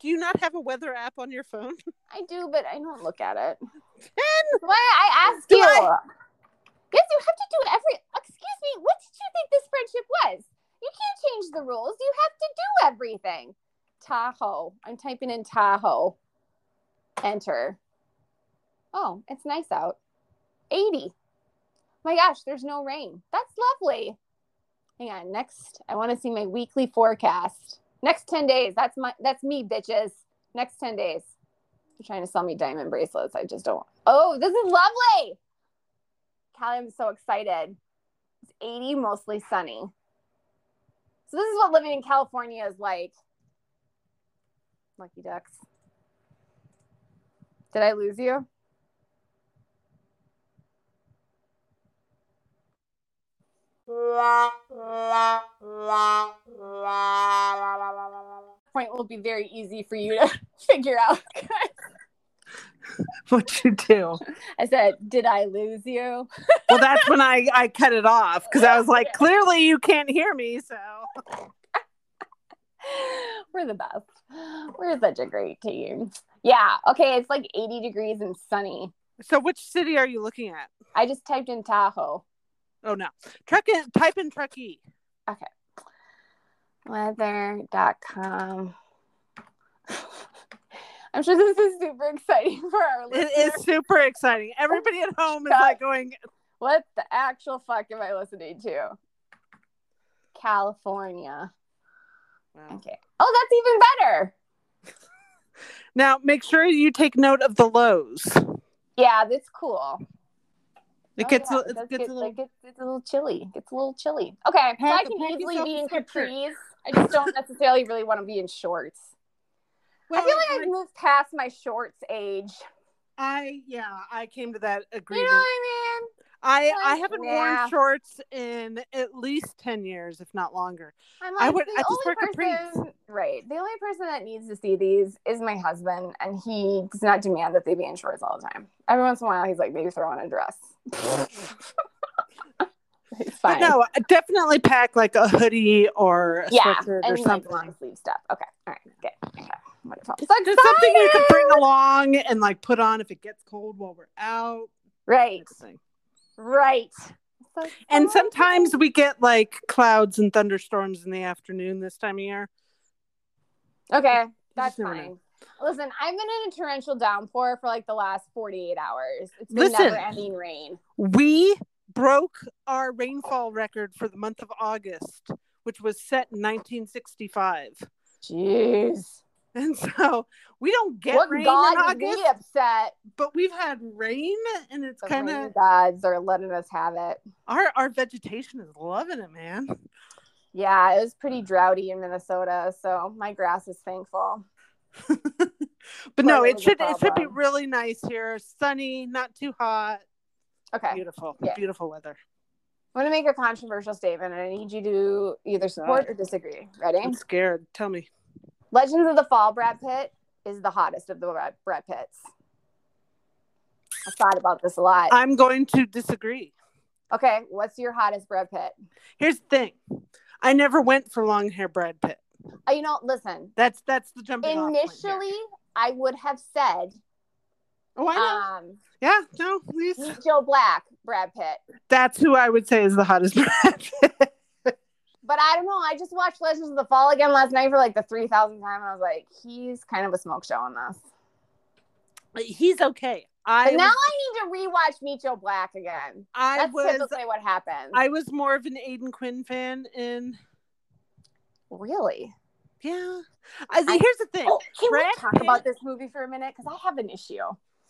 D: Do you not have a weather app on your phone?
C: I do, but I don't look at it. That's Why I asked
D: Do
C: you?
D: I-
C: Yes, you have to do every. Excuse me. What did you think this friendship was? You can't change the rules. You have to do everything. Tahoe. I'm typing in Tahoe. Enter. Oh, it's nice out. 80. My gosh, there's no rain. That's lovely. Hang on. Next, I want to see my weekly forecast. Next 10 days. That's my that's me, bitches. Next 10 days. You're trying to sell me diamond bracelets. I just don't. Oh, this is lovely. Callie, I'm so excited. It's 80, mostly sunny. So this is what living in California is like. Lucky ducks. Did I lose you? Point will be very easy for you to figure out.
D: What you do?
C: I said, Did I lose you?
D: Well, that's when I I cut it off because I was like, clearly you can't hear me. So
C: We're the best. We're such a great team. Yeah. Okay. It's like 80 degrees and sunny.
D: so which city are you looking at?
C: I just typed in Tahoe.
D: Oh no, Truck in, type in Truckee.
C: Weather.com. I'm sure this is super exciting for our listeners.
D: It is super exciting. Everybody at home is
C: Shut
D: like going,
C: What the actual fuck am I listening to? California.
D: Wow.
C: Okay. Oh, that's even better.
D: Now, make sure you take note of the lows.
C: Yeah, that's cool.
D: It
C: Oh,
D: gets
C: yeah,
D: a, it
C: does
D: gets
C: get-
D: a
C: it
D: little.
C: gets, it's a little chilly. It's a little chilly. Okay, so
D: Pack-
C: I can
D: pack
C: easily
D: yourself
C: be
D: a
C: in
D: sweatshirt.
C: capris. I just don't necessarily really want to be in shorts. I feel like I've moved past my shorts age.
D: I yeah, I came to that
C: You know
D: agreement.
C: what I mean?
D: I
C: what?
D: I haven't
C: Yeah.
D: worn shorts in at least ten years, if not longer.
C: I'm
D: I would-
C: the
D: I just
C: only
D: wear capris.
C: person, right? The only person that needs to see these is my husband, and he does not demand that they be in shorts all the time. Every once in a while, he's like, "Maybe throw on a dress." it's fine.
D: But no, I definitely pack like a hoodie or a
C: yeah,
D: sweatshirt
C: and
D: or something.
C: like long sleeve stuff. Okay, all right, good. Okay. Wonderful. So
D: Just something you can
C: excited!
D: bring along and like put on if it gets cold while we're out.
C: Right,
D: Good thing.
C: right. So
D: And
C: excited.
D: sometimes we get like clouds and thunderstorms in the afternoon this time of year.
C: okay, that's
D: just never know.
C: fine. Listen, I've been in a torrential downpour for like the last 48 hours. It's been
D: Listen.
C: never ending rain.
D: We broke our rainfall record for the month of August, which was set in 1965.
C: Jeez.
D: And so we don't get
C: what
D: rain in
C: god is
D: August,
C: me upset?
D: but we've had rain, and it's
C: The
D: kind
C: rain
D: of
C: gods are letting us have it.
D: our our vegetation is loving it, man.
C: Yeah, it was pretty droughty in Minnesota, so my grass is thankful.
D: But no,
C: Weather
D: it
C: is a
D: should it should be
C: problem.
D: really nice here, sunny, not too hot,
C: Okay,
D: beautiful,
C: Yeah.
D: beautiful weather.
C: I'm gonna make a controversial statement, and I need you to either support or disagree. Ready?
D: I'm scared. Tell me,
C: Legends of the Fall Brad Pitt is the hottest of the Brad, Brad Pitts. I thought about this a lot.
D: I'm going to disagree.
C: Okay, what's your hottest Brad Pitt?
D: Here's the thing. I never went for long hair Brad Pitt.
C: Uh, You know, listen.
D: That's that's the jumping off point here.
C: Initially, I would have said,
D: Oh, I know.
C: um,
D: yeah, no, Lise,
C: Joe Black, Brad Pitt.
D: that's who I would say is the hottest Brad Pitt.
C: But I don't know. I just watched Legends of the Fall again last night for like the three thousandth time, and I was like, he's kind of a smoke show on this.
D: He's okay. I
C: But now
D: was,
C: I need to rewatch Meet Joe Black again.
D: I
C: That's
D: was
C: typically what happens.
D: I was more of an Aiden Quinn fan, and
C: really?
D: yeah. I,
C: I-
D: here's the thing:
C: Oh, can
D: Brad
C: we talk
D: Pitt-
C: about this movie for a minute? Because I have an issue,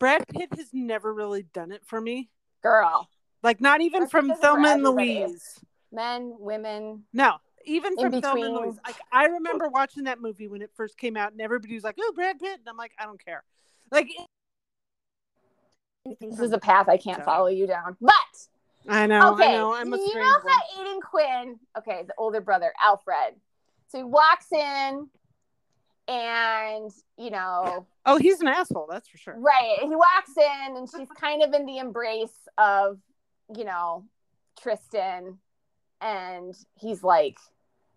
D: Brad Pitt has never really done it for me.
C: girl.
D: Like not even
C: Brad Pitt
D: from
C: doesn't for
D: Thelma and
C: everybody.
D: Louise.
C: Men, women.
D: No, even
C: In
D: from Thelma and
C: between.
D: Louise. Like I remember watching that movie when it first came out, and everybody was like, "Oh, Brad Pitt," and I'm like, "I don't care." Like, it-
C: This is a path I can't
D: So-
C: follow you down. But
D: I know,
C: okay,
D: I know, I'm a
C: you
D: strange
C: know
D: one.
C: how Aiden Quinn, okay, the older brother, Alfred. So he walks in and, you know,
D: Oh, he's an asshole, that's for sure.
C: right, he walks in and she's kind of in the embrace of, you know, Tristan. And he's like,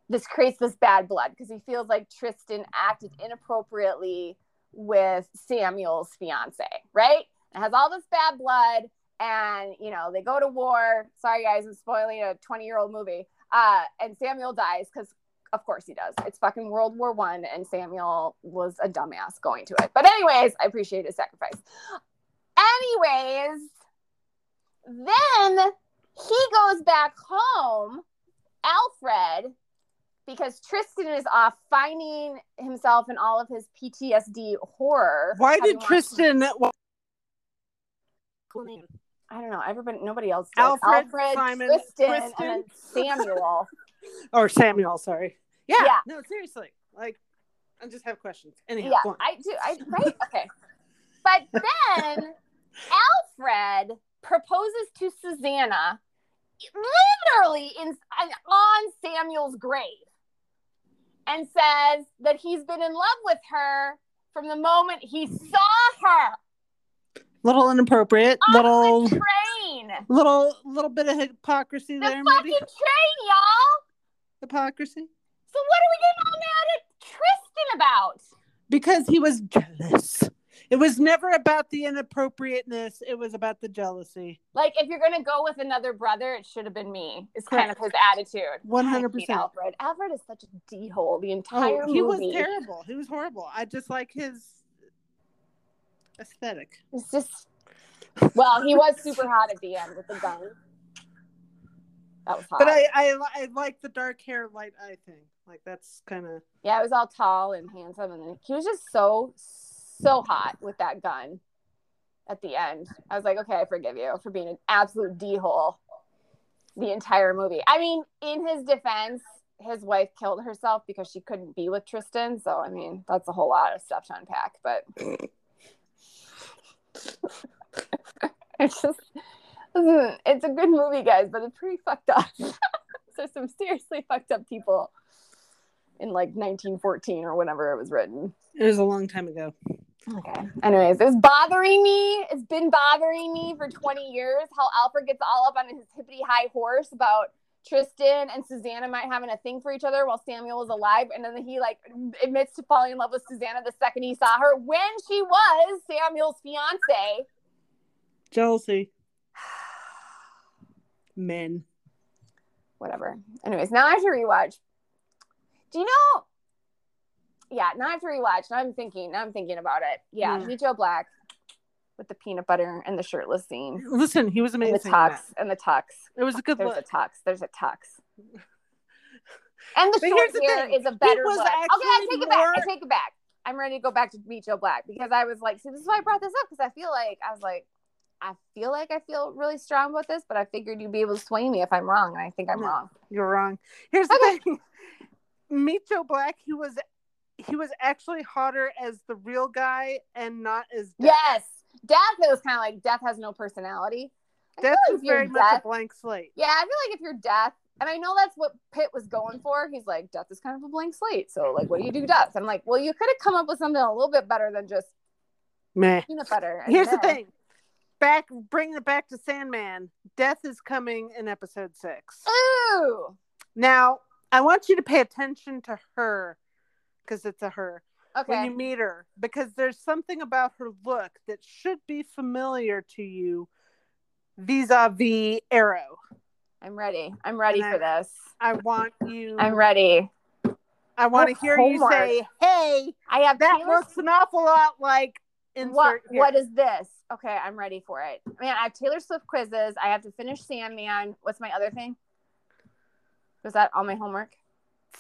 C: this creates this bad blood because he feels like Tristan acted inappropriately with Samuel's fiance, right? It has all this bad blood and you know they go to war sorry guys i'm spoiling a 20 year old movie uh and samuel dies because of course he does it's fucking world war one and samuel was a dumbass going to it but anyways i appreciate his sacrifice anyways then he goes back home alfred because tristan is off finding himself in all of his ptsd horror
D: Why
C: having
D: did
C: watched-
D: Tristan?
C: I don't know. Everybody, nobody else. Does.
D: Alfred,
C: Alfred,
D: Simon,
C: Kristen,
D: Kristen.
C: and then Samuel.
D: or Samuel, sorry. Yeah,
C: Yeah.
D: No, seriously. Like, I just have questions. Anyhow,
C: yeah,
D: go on.
C: I do. I right. Okay, but then Alfred proposes to Susanna, literally in on- on Samuel's grave, and says that he's been in love with her from the moment he saw her
D: little inappropriate.
C: on
D: little,
C: the train.
D: little, little bit of
C: The
D: hypocrisy there,
C: fucking
D: maybe
C: train, y'all.
D: hypocrisy
C: So what are we getting all mad at Tristan about?
D: because he was jealous. It was never about the inappropriateness. It was about the jealousy.
C: Like, if you're gonna go with another brother, it should have been me. Is kind of his attitude.
D: 100%.
C: I hate Alfred. Alfred is such a d hole. The entire
D: Oh, he was
C: movie.
D: terrible. He was horrible. I just like his aesthetic.
C: It's just. Well, he was super hot at the end with the gun. That was hot.
D: But I, I, li- I like the dark hair, light eye thing. Like that's kind of
C: yeah, he was all tall and handsome, and he was just so so hot with that gun. At the end, I was like, okay, I forgive you for being an absolute d hole. The entire movie. I mean, in his defense, his wife killed herself because she couldn't be with Tristan. So I mean, that's a whole lot of stuff to unpack. But it's just. listen, It's a good movie, guys, but it's pretty fucked up. There's some seriously fucked up people in like 1914 or whenever it was written.
D: it was a long time ago.
C: Okay. Anyways, it's bothering me. It's been bothering me for 20 years how Alfred gets all up on his hippity high horse about Tristan and Susanna might having a thing for each other while Samuel was alive. And then he like admits to falling in love with Susanna the second he saw her when she was Samuel's fiance.
D: Jealousy, men.
C: Whatever. Anyways, now I have to rewatch. Do you know? Yeah, now I have to rewatch. Now I'm thinking, now I'm thinking about it. Yeah,
D: Yeah.
C: Meet Joe Black with the peanut butter and the shirtless scene.
D: Listen, he was
C: And
D: amazing.
C: the
D: in that.
C: tux and the tux.
D: It was a good
C: There's
D: look.
C: a tux. There's a tux. And the
D: But
C: short
D: here's the
C: hair
D: thing.
C: is a better
D: was
C: look. Okay, I
D: actually
C: take it back. I
D: more-
C: take it back. I'm ready to go back to Meet Joe Black because I was like, see, this is why I brought this up because I feel like I was like, I feel like I feel really strong about this, but I figured you'd be able to sway me if I'm wrong, and I think I'm
D: No.
C: wrong.
D: You're wrong. Here's the thing. Meet Joe Black, he was he was actually hotter as the real guy and not as Death.
C: Yes, Death. It was kind of like Death has no personality. I feel
D: Death
C: like
D: was
C: if you're
D: very much
C: Death-
D: a blank slate.
C: Yeah, I feel like if you're death, and I know that's what Pitt was going for. He's like, death is kind of a blank slate. So, like, what do you do, death? I'm like, well, you could have come up with something a little bit better than just
D: Meh.
C: peanut butter. and
D: Here's the
C: milk.
D: thing. Back bringing it back to Sandman, Death is coming in episode six.
C: Ooh,
D: Now, I want you to pay attention to her because it's a her when
C: Okay.
D: you meet her because there's something about her look that should be familiar to you vis-a-vis arrow
C: I'm ready. I'm ready
D: And Mm-hmm.
C: for this.
D: i want you
C: I'm ready.
D: i want to
C: Oh,
D: hear
C: homework.
D: you say hey
C: I have
D: that
C: Taylor
D: looks an awful lot like insert
C: what
D: here."
C: what is this? Okay, I'm ready for it. Man, I have Taylor Swift quizzes. I have to finish Sandman. What's my other thing? Was that all my homework?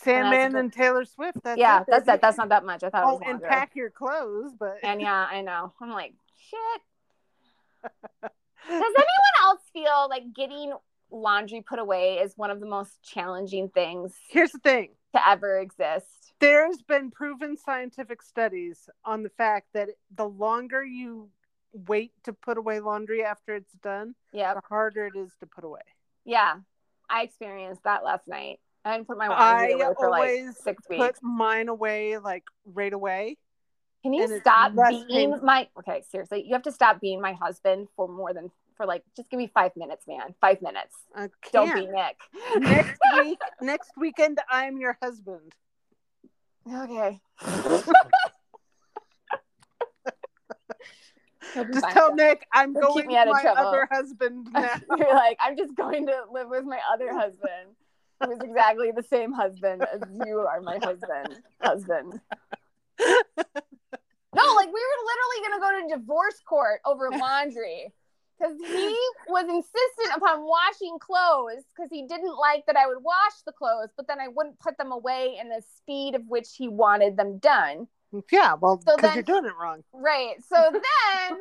D: sandman
C: and I-
D: and taylor swift that's
C: yeah,
D: it.
C: that's that. That's not that much. I thought
D: oh,
C: it was
D: and
C: longer.
D: pack your clothes but
C: And yeah, I know. I'm like, shit. Does anyone else feel like getting laundry put away is one of the most challenging things
D: here's the thing
C: to ever exist?
D: there's been proven scientific studies on the fact that the longer you wait to put away laundry after it's done
C: Yep.
D: the harder it is to put away
C: Yeah. I experienced that last night. I didn't put my
D: I
C: laundry away for like
D: always
C: six weeks.
D: put mine away like right away.
C: Can you
D: and it's
C: stop
D: less
C: being
D: painful.
C: my okay, seriously, you have to stop being my husband for more than for like just give me five minutes, man. Five minutes.
D: I
C: Don't
D: can't.
C: be Nick.
D: next week, next weekend, I'm your husband.
C: okay. He'll be
D: Just
C: fine.
D: tell Nick I'm
C: He'll keep
D: going
C: me
D: to
C: out of
D: my
C: trouble.
D: other husband now.
C: You're like, I'm just going to live with my other husband. Who is exactly the same husband as you are my husband. Husband. No, like we were literally gonna go to divorce court over laundry. Because he was insistent upon washing clothes because he didn't like that I would wash the clothes, but then I wouldn't put them away in the speed of which he wanted them done.
D: yeah, well,
C: So
D: because
C: then-
D: you're doing it wrong.
C: Right. So then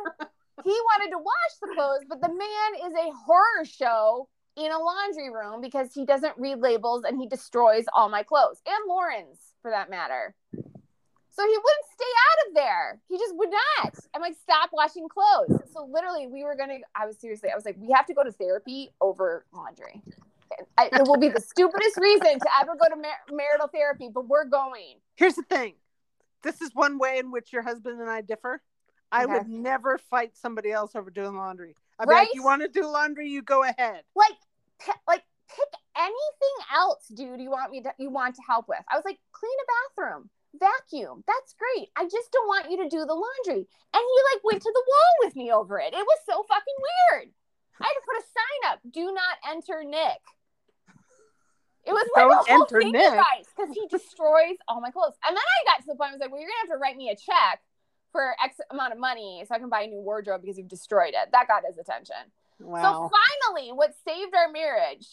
C: he wanted to wash the clothes, but the man is a horror show in a laundry room because he doesn't read labels and he destroys all my clothes and Lauren's for that matter. So he wouldn't stay out of there. He just would not. I'm like, stop washing clothes. So literally, we were gonna. I was seriously. I was like, we have to go to therapy over laundry. I, it will be the stupidest reason to ever go to mar- marital therapy, but we're going.
D: Here's the thing. This is one way in which your husband and I differ. I
C: Okay.
D: would never fight somebody else over doing laundry. I would
C: Right?
D: like, you want to do laundry, you go ahead.
C: like p- like pick anything else dude you want me to you want to help with i was like clean a bathroom vacuum that's great i just don't want you to do the laundry and he like went to the wall with me over it it was so fucking weird i had to put a sign up do not enter nick it was like
D: Don't
C: a whole
D: enter
C: thing
D: Nick.
C: because he destroys all my clothes and then i got to the point i was like well you're gonna have to write me a check for x amount of money so i can buy a new wardrobe because you've destroyed it that got his attention
D: Wow.
C: so finally, what saved our marriage?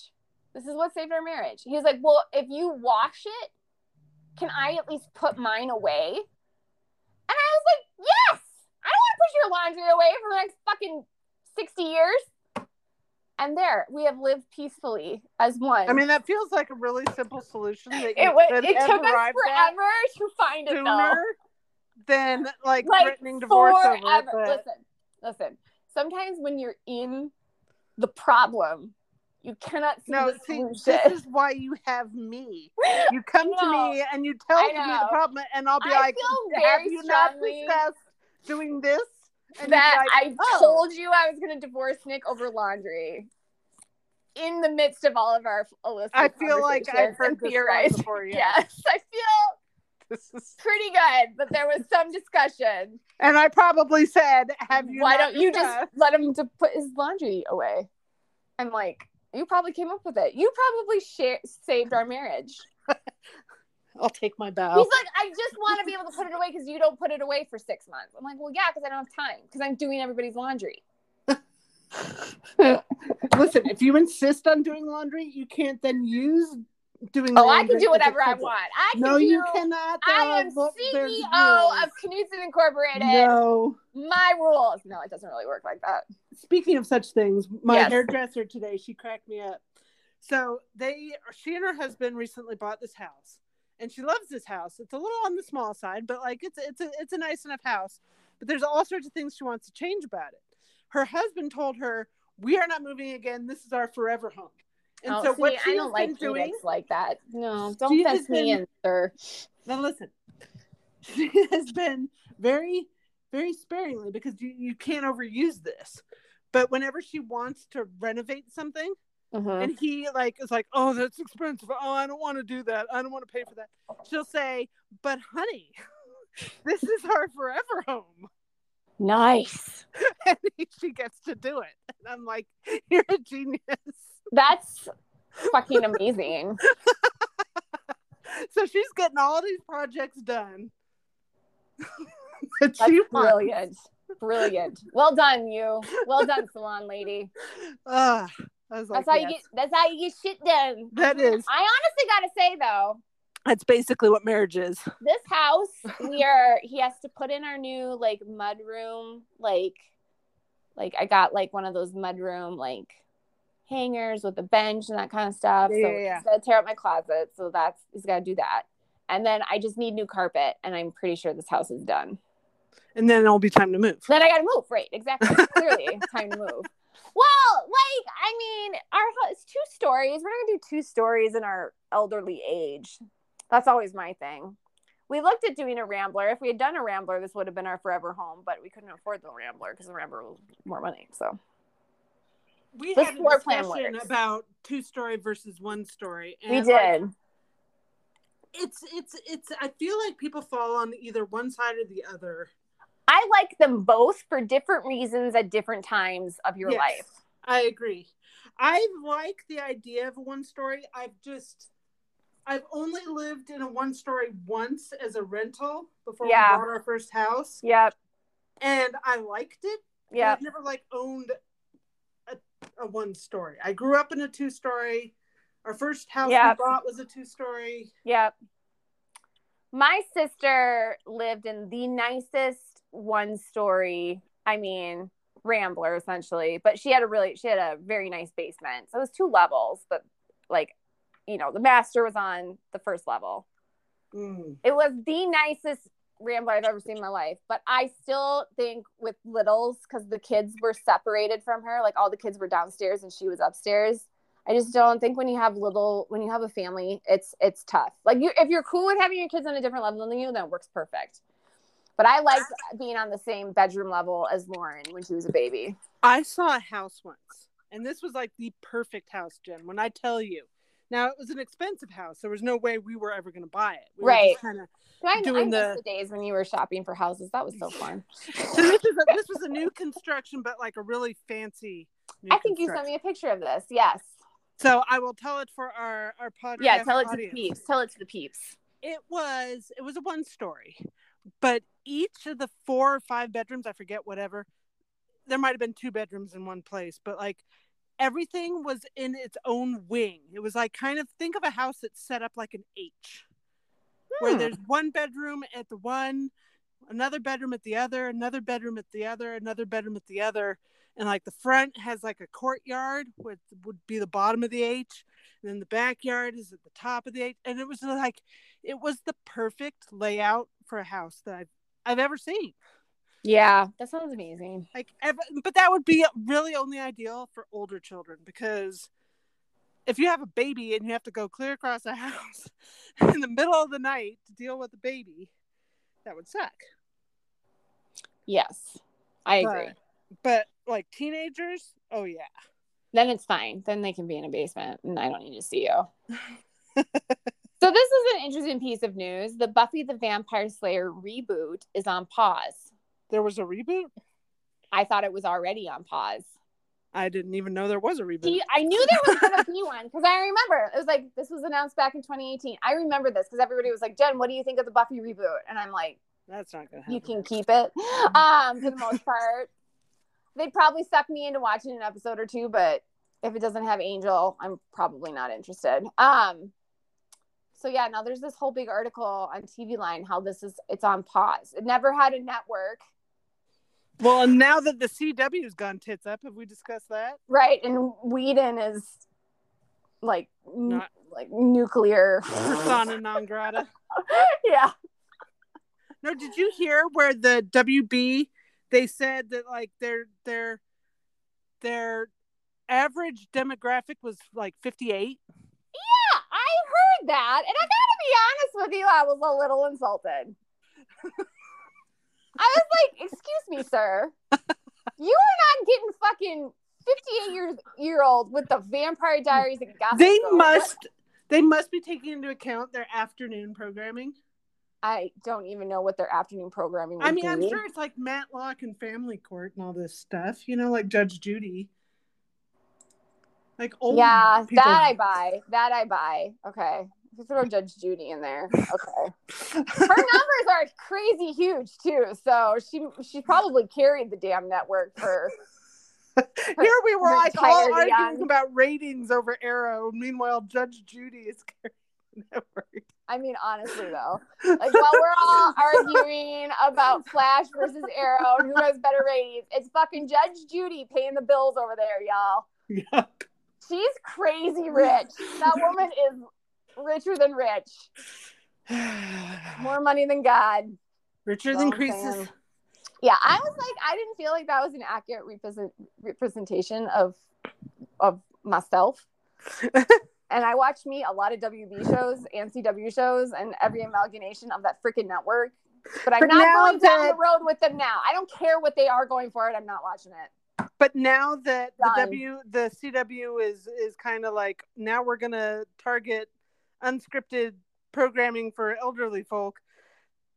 C: This is what saved our marriage. He was like, "Well, if you wash it, can I at least put mine away?" And I was like, "Yes! I don't want to put your laundry away for the next fucking sixty years." And there, we have lived peacefully as one.
D: I mean, that feels like a really simple solution that you
C: it was.
D: could
C: It
D: have
C: took us
D: arrived at.
C: forever to find it, though.
D: sooner than like,
C: like
D: threatening divorce over it,
C: forever.
D: but-
C: Listen, listen. Sometimes when you're in the problem, you cannot see
D: no,
C: the
D: see,
C: solution.
D: this is why you have me. You come to
C: know.
D: me and you
C: I
D: tell me the
C: know.
D: problem, and I'll be
C: I
D: like,
C: feel
D: "Have
C: very
D: you not
C: strongly
D: discussed doing this?" And you'd be
C: that
D: like,
C: I
D: "Oh."
C: told you I was going to divorce Nick over laundry. In the midst of all of our illicit
D: I feel like I've
C: conversations
D: heard
C: and
D: this one
C: theorizing.
D: before. Yeah,
C: Yes, I feel
D: This is-
C: pretty good, but there was some discussion.
D: and I probably said, "Have you?"
C: Why
D: not
C: don't you just
D: discussed?"
C: let him to put his laundry away? I'm like, you probably came up with it. You probably share- saved our marriage.
D: I'll take my
C: He's
D: bow.
C: like, I just want to be able to put it away because you don't put it away for six months. I'm like, well, yeah, because I don't have time because I'm doing everybody's laundry.
D: Listen, if you insist on doing laundry, you can't then use doing.
C: Oh, I
D: laundry
C: can
D: as a
C: do whatever I
D: pretext.
C: want. I can
D: No,
C: do,
D: you cannot.
C: I am
D: There are- there's
C: CEO of
D: rules.
C: Knudsen Incorporated.
D: No.
C: My rules. No, it doesn't really work like that.
D: Speaking of such things, my
C: Yes.
D: hairdresser today, she cracked me up. So they, she and her husband recently bought this house, and she loves this house. It's a little on the small side, but like it's it's a it's a nice enough house. But there's all sorts of things she wants to change about it. Her husband told her, "We are not moving again. This is our forever home." And
C: Oh,
D: so
C: see,
D: what
C: I
D: she has
C: don't like
D: been doing
C: meetings like that. No,
D: She
C: don't
D: has
C: fence me
D: been-
C: in, sir.
D: Now listen, she has been very, very sparingly because you, you can't overuse this. But whenever she wants to renovate something,
C: Mhm.
D: and he like is like, "Oh, that's expensive. Oh, I don't want to do that. I don't want to pay for that." She'll say, "But honey, this is our forever home."
C: Nice.
D: And he- she gets to do it. And I'm like, "You're a genius."
C: That's fucking amazing.
D: So she's getting all these projects done. That
C: That's
D: she wants.
C: brilliant. Brilliant. Well done, you. Well done, salon lady.
D: Ah, I was like,
C: That's how you
D: "Yes."
C: get. That's how you get shit done.
D: That is.
C: I honestly gotta say though,
D: That's basically what marriage is.
C: this house we are he has to put in our new like mud room like like i got like one of those mud room like hangers with a bench and that kind of stuff
D: Yeah,
C: so
D: yeah, yeah.
C: he's got to tear up my closet so that's he's got to do that and then i just need new carpet and i'm pretty sure this house is done
D: And then it'll be time to move.
C: then i gotta move right exactly clearly it's time to move well like i mean our house is two stories we're not gonna do two stories in our elderly age that's always my thing we looked at doing a rambler if we had done a rambler this would have been our forever home but we couldn't afford the rambler because the rambler was more money so
D: we
C: This
D: had a
C: floor plan
D: discussion
C: works.
D: about two story versus one story.
C: we
D: and, Mm, like,
C: did
D: it's it's it's. I feel like people fall on either one side or the other.
C: i like them both for different reasons at different times of your
D: Yes.
C: life
D: I agree. I like the idea of a one story. I've just I've only lived in a one story once as a rental before
C: Yeah.
D: we bought our first house,
C: yep
D: and I liked it. but
C: yep
D: I've never like owned a, a one story. I grew up in a two story. Our first house
C: Yeah.
D: we bought was a two story.
C: Yep. My sister lived in the nicest one story, I mean, rambler essentially, but she had a really she had a very nice basement. So it was two levels, but like, you know, the master was on the first level.
D: Mm.
C: It was the nicest rambler I've ever seen in my life, but I still think with littles cuz the kids were separated from her, like all the kids were downstairs and she was upstairs. I just don't think when you have little when you have a family, it's it's tough. Like you if you're cool with having your kids on a different level than you, then it works perfect. But I liked being on the same bedroom level as Lauren when she was a baby.
D: I saw a house once, and this was like the perfect house, Jen. When I tell you, now it was an expensive house. There was no way we were ever going to buy it. We
C: Right.
D: Kind of.
C: I, I
D: Doing
C: miss
D: the-
C: the days when you were shopping for houses. That was so fun.
D: So this is a, this was a new construction, but like a really fancy. New
C: I think you sent
D: construction.
C: me a picture of this. Yes.
D: So I will tell it for our our podcast.
C: Yeah, tell it to the
D: audience.
C: peeps. Tell it to the peeps.
D: It was it was a one story, but each of the four or five bedrooms, I forget whatever. There might have been two bedrooms in one place, but like everything was in its own wing. It was like kind of think of a house that's set up like an H. where
C: Hmm.
D: there's one bedroom at the one, another bedroom at the other, another bedroom at the other, another bedroom at the other. And like the front has like a courtyard, which would be the bottom of the H. And then the backyard is at the top of the H. And it was like, it was the perfect layout for a house that I've, I've ever seen.
C: Yeah, that sounds amazing.
D: Like, ever, but that would be really only ideal for older children because if you have a baby and you have to go clear across a house in the middle of the night to deal with the baby, that would suck.
C: Yes, I agree.
D: But- But like teenagers, oh yeah,
C: then it's fine. Then they can be in a basement and I don't need to see you. so, this is an interesting piece of news. The Buffy the Vampire Slayer reboot is on pause.
D: there was a reboot.
C: I thought it was already on pause.
D: I didn't even know there was a reboot.
C: He, I knew there was going to be one because I remember it was like this was announced back in 2018. I remember this because everybody was like, Jen, what do you think of the Buffy reboot? And I'm like,
D: That's not gonna happen.
C: you can keep it um, for the most part. They'd probably suck me into watching an episode or two, but if it doesn't have Angel, I'm probably not interested. Um, so yeah, now there's this whole big article on TV Line how this is it's on pause. It never had a network,
D: Well, and now that the CW's gone tits up, have we discussed that?
C: right? And Whedon is like n-
D: Not-
C: like nuclear.
D: Persona non grata.
C: yeah.
D: No, did you hear where the WB they said that like their their their average demographic was like 58?
C: Yeah, I heard that. And I gotta be honest with you, I was a little insulted. I was like, excuse me, sir. You are not getting fucking 58 58 years year old with the Vampire Diaries and Gossip
D: They
C: Girl. What-
D: must they must be taking into account their afternoon programming.
C: I don't even know what their afternoon programming. Would
D: I mean, I'm
C: be.
D: sure it's like Matlock and Family Court and all this stuff, you know, like Judge Judy. Like old
C: yeah,
D: people.
C: that I buy. That I buy. Okay, just throw Judge Judy in there. Okay, her numbers are crazy huge too. So she she probably carried the damn network for.
D: Here we were like all
C: Retired
D: arguing
C: young.
D: about ratings over Arrow. Meanwhile, Judge Judy is carrying the network.
C: I mean, honestly though, like while we're all arguing about Flash versus Arrow and who has better ratings, it's fucking Judge Judy paying the bills over there, y'all.
D: Yeah.
C: She's crazy rich. That woman is richer than rich. More money than God.
D: Richard
C: Wrong
D: increases.
C: fan. Yeah, I was like, I didn't feel like that was an accurate represent- representation of of myself. and I watch me a lot of WB shows and CW shows and every amalgamation of that freaking network. But I'm
D: But
C: not
D: now
C: going down
D: that-
C: the road with them now. I don't care what they are going for it. I'm not watching it.
D: But now that the
C: Done.
D: W the CW is is kind of like now we're gonna target unscripted programming for elderly folk.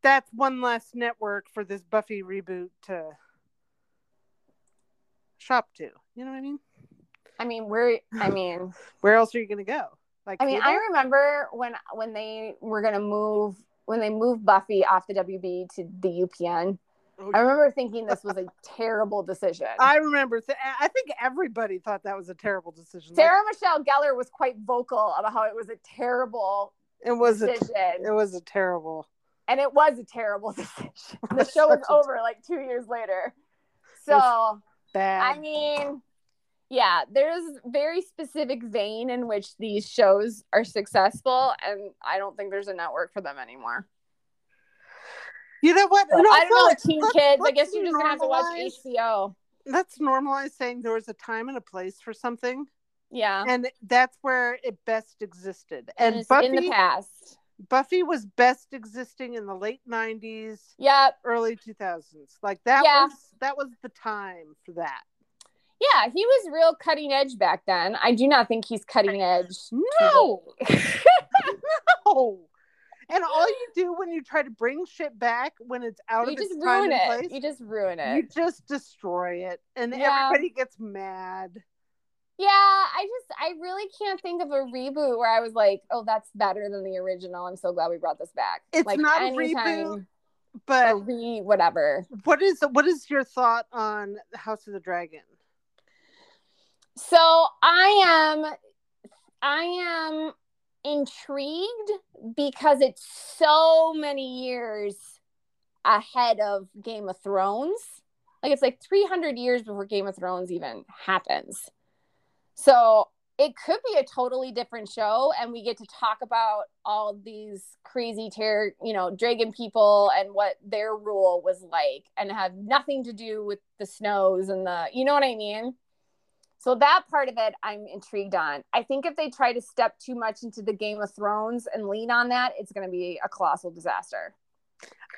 D: That's one less network for this Buffy reboot to shop to. You know what I mean?
C: I mean, we're.
D: Hmm.
C: I mean,
D: Where else are you gonna go? Like
C: I mean, I remember when when they were gonna move when they moved Buffy off the WB to the UPN.
D: Oh,
C: I remember thinking this was a terrible decision.
D: I remember. Th- I think everybody thought that was a terrible decision. Like,
C: Sarah Michelle Gellar was quite vocal about how it was a terrible
D: it was a,
C: decision,
D: it was a terrible.
C: and it was a terrible decision. The show was over like two years later. So
D: Bad.
C: I mean, yeah, there's very specific vein in which these shows are successful, and I don't think there's a network for them anymore.
D: you know what?
C: So,
D: And
C: I don't
D: also,
C: know, teen
D: let's-
C: kids. I
D: let's
C: guess you're just gonna have to watch
D: normalize-
C: HBO.
D: Let's normalize saying there was a time and a place for something,
C: Yeah,
D: and that's where it best existed. And,
C: it's
D: Buffy,
C: Uh-huh. in the past.
D: Buffy was best existing in the late '90s,
C: Yep.
D: early 2000s. Like that
C: Yeah.
D: was that was the time for that.
C: Yeah, he was real cutting edge back then. I do not think he's cutting edge.
D: No, no. And all you do when you try to bring shit back when it's out
C: You
D: of its
C: just
D: time
C: ruin
D: and
C: it.
D: place,
C: You just ruin
D: you
C: it.
D: just destroy it, and
C: Yeah.
D: everybody gets mad.
C: Yeah, I just I really can't think of a reboot where I was like, "Oh, that's better than the original." I'm so glad we brought this back.
D: It's
C: like,
D: not a
C: anytime Oh.
D: But
C: or re whatever.
D: what is what is your thought on House of the Dragon?
C: So I am, I am intrigued because it's so many years ahead of Game of Thrones. Like it's like 300 years before Game of Thrones even happens. So it could be a totally different show, and we get to talk about all these crazy terror, you know, dragon people and what their rule was like, and have nothing to do with the snows and the, you know what I mean? So that part of it, I'm intrigued on. I think if they try to step too much into the Game of Thrones and lean on that, it's going to be a colossal disaster.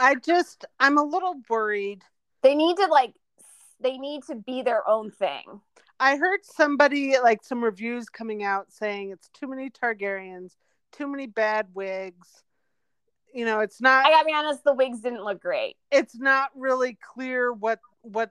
D: I just I'm a little worried.
C: They need to like, s- they need to be their own thing.
D: I heard somebody like some reviews coming out saying it's too many Targaryens, too many bad wigs. You know, it's not
C: I gotta be honest, the wigs didn't look great.
D: it's not really clear what what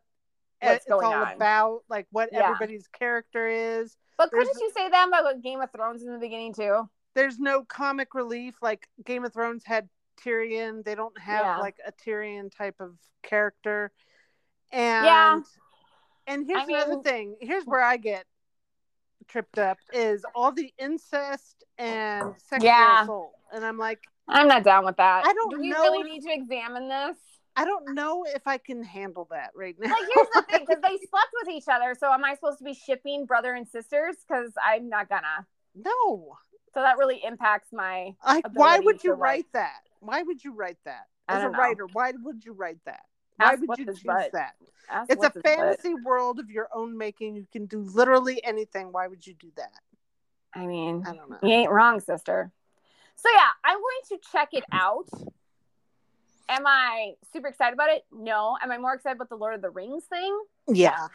C: What's
D: it's
C: going
D: all
C: on.
D: about, like what
C: Yeah.
D: everybody's character is.
C: But
D: There's-
C: couldn't you say that about Game of Thrones in the beginning too?
D: There's no comic relief like Game of Thrones had Tyrion. They don't have
C: Yeah.
D: like a Tyrion type of character. And and here's
C: I
D: another
C: mean-
D: thing. Here's where I get tripped up is all the incest and sexual
C: Yeah.
D: assault. And I'm like,
C: I'm not down with that.
D: I don't
C: Do we
D: know
C: really
D: if-
C: need to examine this?
D: I don't know if I can handle that right now.
C: Like, here's the thing: because they slept with each other, so am I supposed to be shipping brother and sisters? Because I'm not gonna.
D: no.
C: So that really impacts my.
D: Like, why
C: ability
D: would
C: to,
D: you
C: like-
D: write that? Why would you write that
C: I
D: as a
C: don't know.
D: writer? Why would you write that? Why
C: Ask
D: would
C: what's
D: you
C: his
D: choose
C: butt.
D: that?
C: Ask uh,
D: It's
C: what's
D: a
C: his butt.
D: fantasy world of your own making. You can do literally anything. Why would you do that?
C: I mean,
D: I don't know.
C: you ain't wrong, sister. So yeah, I'm going to check it out. Am I Mm, super excited about it? No. Am I more excited about the Lord of the Rings thing?
D: Yeah. Ah.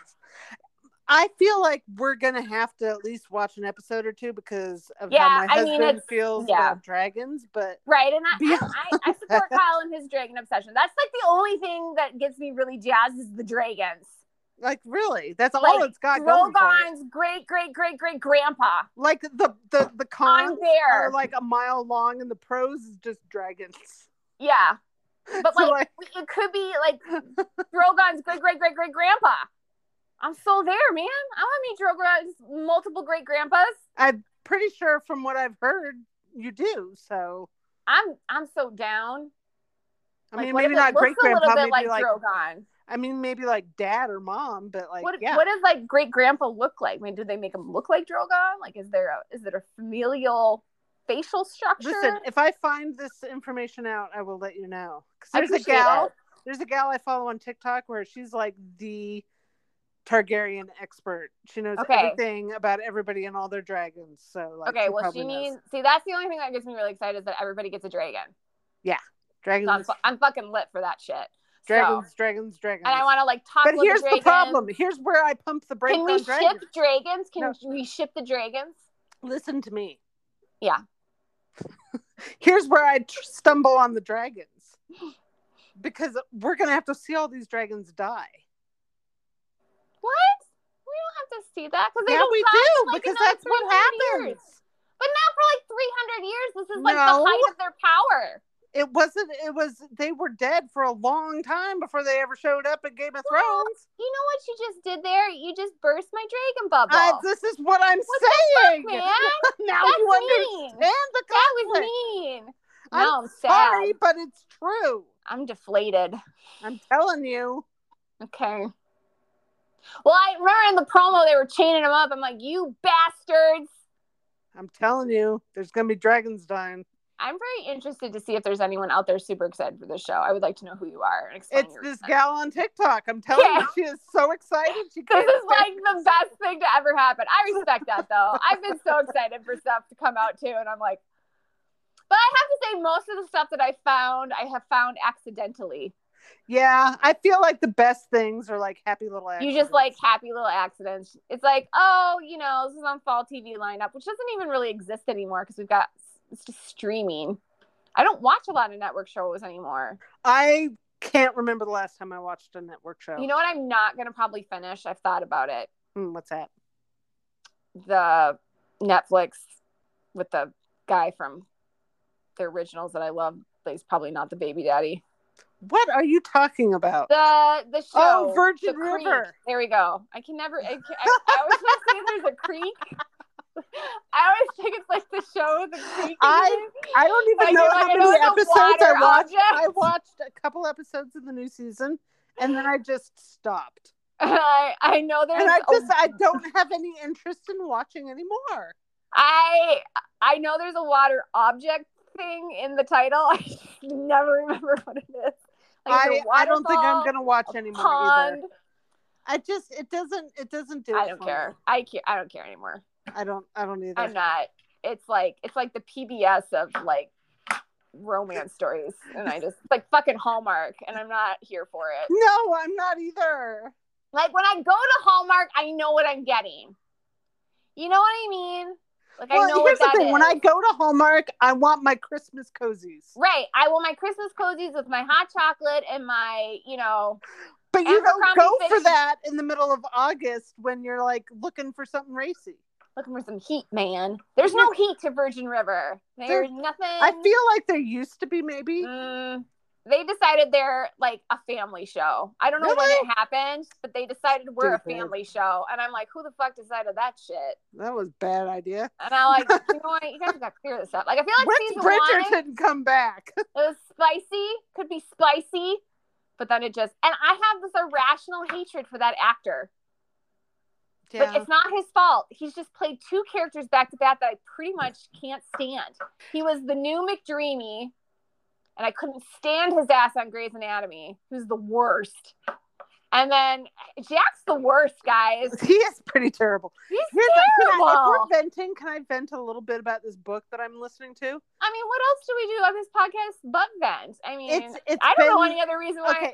D: I feel like we're gonna have to at least watch an episode or two because of
C: Yeah,
D: how my
C: I mean,
D: husband
C: it's-
D: feels
C: yeah.
D: about dragons. But
C: Right, and I,
D: Yeah.
C: I, I support Kyle and his dragon obsession. That's like the only thing that gets me really jazzed is the dragons.
D: like, really, that's all
C: Like,
D: it's got going for it.
C: Drogon's great, great, great, great grandpa.
D: Like the the the
C: I'm
D: cons
C: there.
D: are like a mile long, and the pros is just dragons.
C: yeah, but
D: So,
C: like it could be like Drogon's great, great, great, great grandpa. I'm so there, man. I want to meet Drogon's multiple great grandpas.
D: I'm pretty sure from what I've heard, you do. So
C: I'm I'm so down.
D: I
C: Like,
D: mean,
C: what if
D: maybe
C: it
D: not
C: looks
D: great
C: A
D: grandpa,
C: little
D: maybe
C: bit like,
D: like,
C: Drogon.
D: I mean, maybe like dad or mom, but like
C: what
D: yeah,
C: what does like great grandpa look like? I mean, do they make him look like Drogon? Like, is there a is it a familial facial structure?
D: Listen, if I find this information out, I will let you know. 'Cause
C: I
D: there's a
C: appreciate
D: gal,
C: it.
D: there's a gal I follow on TikTok where she's like the Targaryen expert. She knows
C: Okay.
D: everything about everybody and all their dragons. So like,
C: okay,
D: she
C: well,
D: probably
C: she
D: knows.
C: needs. See, that's the only thing that gets me really excited is that everybody gets a dragon. So I'm,
D: dragons,
C: fu- I'm fucking lit for that shit.
D: dragons,
C: So,
D: dragons, dragons.
C: and I want to like talk.
D: but
C: with
D: here's
C: the,
D: the
C: dragons.
D: problem. Here's where I pump the brakes
C: Can we
D: on dragons.
C: ship dragons? Can
D: No.
C: we ship the dragons?
D: Listen to me.
C: Yeah.
D: here's where I tr- stumble on the dragons because we're gonna have to see all these dragons die.
C: What? We don't have to see that because they
D: Yeah,
C: don't
D: we
C: last
D: do
C: like,
D: because
C: another
D: that's what
C: 300
D: happens.
C: years. But not for like 300 years. This is like
D: No.
C: the height of their power.
D: It wasn't. It was. They were dead for a long time before they ever showed up in Game of
C: Well,
D: Thrones.
C: You know what you just did there? You just burst my dragon bubble.
D: I, this is what I'm
C: What
D: saying.
C: Man,
D: now
C: that's
D: you
C: mean.
D: understand
C: That
D: the
C: was
D: conflict.
C: mean. No,
D: I'm
C: I'm, sad.
D: Sorry, but it's true.
C: I'm deflated.
D: I'm telling you.
C: Okay. Well, I remember in the promo they were chaining him up. I'm like, you bastards.
D: I'm telling you. There's gonna be dragons dying.
C: I'm very interested to see if there's anyone out there super excited for this show. I would like to know who you are. And explain
D: It's
C: your
D: this
C: reason.
D: gal on TikTok. I'm telling
C: Yeah.
D: you, she is so excited. She
C: This
D: can't
C: is
D: stand
C: like the best thing to ever happen. I respect that though. I've been so excited for stuff to come out too, and I'm like, but I have to say, most of the stuff that I found, I have found accidentally.
D: Yeah, I feel like the best things are like happy little
C: You
D: accidents.
C: just like happy little accidents. It's like, oh, you know, this is on fall TV lineup, which doesn't even really exist anymore because we've got it's just streaming. I don't watch a lot of network shows anymore.
D: I can't remember the last time I watched a network show.
C: You know what? I'm not gonna probably finish. I've thought about it.
D: Hmm, what's that?
C: the Netflix with the guy from the originals that I love. But he's probably not the baby daddy.
D: What are you talking about?
C: The the show.
D: Oh,
C: the
D: Virgin
C: creek.
D: River.
C: There we go. I can never. I, can, I, I always want to say there's a creek. I always think it's like the show with the creek. in
D: I
C: it.
D: I don't even
C: Like,
D: know
C: you're
D: how
C: like, I
D: many
C: know it's a
D: episodes I
C: water
D: watched.
C: object.
D: I watched a couple episodes of the new season, and then I just stopped.
C: I, I know there's.
D: And I
C: a-
D: just I don't have any interest in watching anymore.
C: I I know there's a water object thing in the title. I just never remember what it is. Like,
D: I,
C: it's a
D: I don't think I'm
C: waterfall,
D: gonna watch
C: a
D: anymore
C: pond.
D: either. I just it doesn't it doesn't do.
C: I
D: it
C: don't
D: for
C: care. I care. I don't care anymore.
D: Me. I don't I don't either.
C: I'm not. It's like it's like the PBS of like romance stories, and I just like fucking Hallmark, and I'm not here for it.
D: No, I'm not either.
C: Like when I go to Hallmark, I know what I'm getting. You know what I mean? Like I know what
D: here's the
C: that
D: thing: when I
C: is.
D: go to Hallmark, I want my Christmas cozies.
C: Right, I want my Christmas cozies with my hot chocolate and my, you know,
D: But you don't
C: Abercrombie
D: go for
C: Fitch.
D: that in the middle of August when you're like looking for something racy.
C: looking for some heat, man. There's no heat to Virgin River. There's nothing.
D: I feel like there used to be maybe.
C: Mm, they decided they're like a family show. I don't know when
D: Really?
C: it happened, but they decided we're
D: Stupid.
C: a family show. And I'm like, who the fuck decided that shit?
D: That was a bad idea.
C: And I like, you know what? You guys gotta clear this up. Like, I feel like
D: When's
C: season one, eh?
D: Bridgerton come back?
C: it was spicy, could be spicy, but then it just, and I have this irrational hatred for that actor. But it's not his fault. He's just played two characters back to back that I pretty much can't stand. He was the new McDreamy, and I couldn't stand his ass on Grey's Anatomy. He was the worst. And then Jack's the worst, guys.
D: He is pretty terrible.
C: He's
D: Here's a, can I,
C: terrible.
D: if we're venting, can I vent a little bit about this book that I'm listening to?
C: I mean, what else do we do on this podcast but vent? I mean,
D: It's it's
C: I don't know
D: been-
C: any other reason why.
D: okay.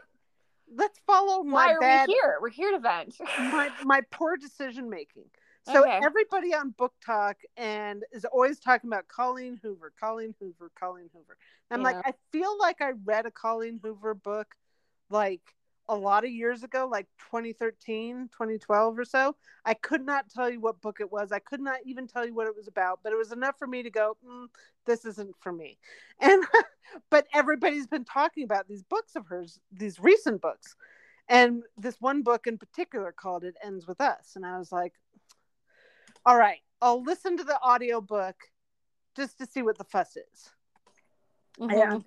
D: let's follow my
C: Why are
D: bad
C: we here? We're here to vent.
D: my, my poor decision making. So
C: Okay.
D: everybody on Book Talk and is always talking about Colleen Hoover, Colleen Hoover, Colleen Hoover. I'm like,
C: Yeah.
D: I feel like I read a Colleen Hoover book like a lot of years ago, like 2013, 2012 or so. I could not tell you what book it was. I could not even tell you what it was about, but it was enough for me to go, mm, this isn't for me. And but everybody's been talking about these books of hers, these recent books. And this one book in particular called It Ends With Us. And I was like, all right, I'll listen to the audiobook just to see what the fuss is.
C: Mhm.
D: And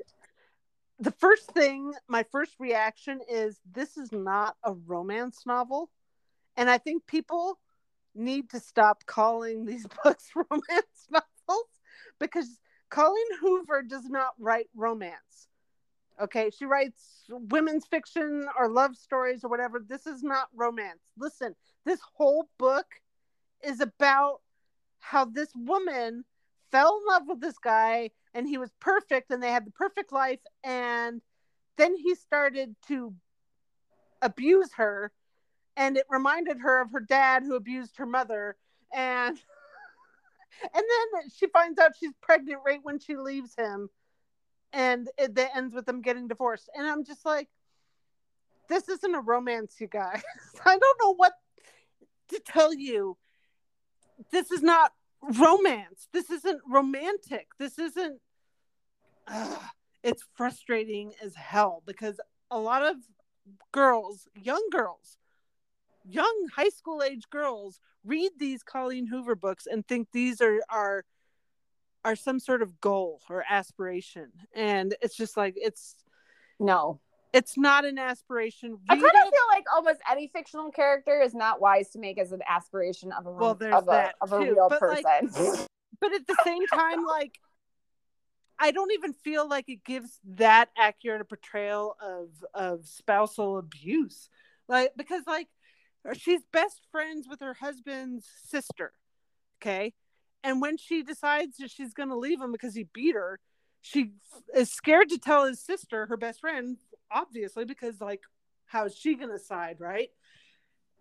D: the first thing, my first reaction is this is not a romance novel. And I think people need to stop calling these books romance novels because Colleen Hoover does not write romance. Okay, she writes women's fiction or love stories or whatever. This is not romance. Listen, this whole book is about how this woman fell in love with this guy and he was perfect and they had the perfect life and then he started to abuse her and it reminded her of her dad who abused her mother and and then she finds out she's pregnant right when she leaves him and it that ends with them getting divorced and i'm just like this isn't a romance you guys i don't know what to tell you this is not romance this isn't romantic this isn't Ugh. it's frustrating as hell because a lot of girls young girls young high school age girls read these colleen hoover books and think these are are are some sort of goal or aspiration and it's just like it's
C: No.
D: it's not an aspiration
C: I kind
D: Read
C: of
D: it.
C: feel like almost any fictional character is not wise to make as an aspiration of a
D: Well,
C: rom-
D: there's
C: of a,
D: that
C: of a
D: too,
C: real
D: but, like,
C: person.
D: but at the same time like i don't even feel like it gives that accurate a portrayal of of spousal abuse like because like uh, she's best friends with her husband's sister okay and when she decides that she's going to leave him because he beat her she is scared to tell his sister her best friend obviously because like how is she going to side right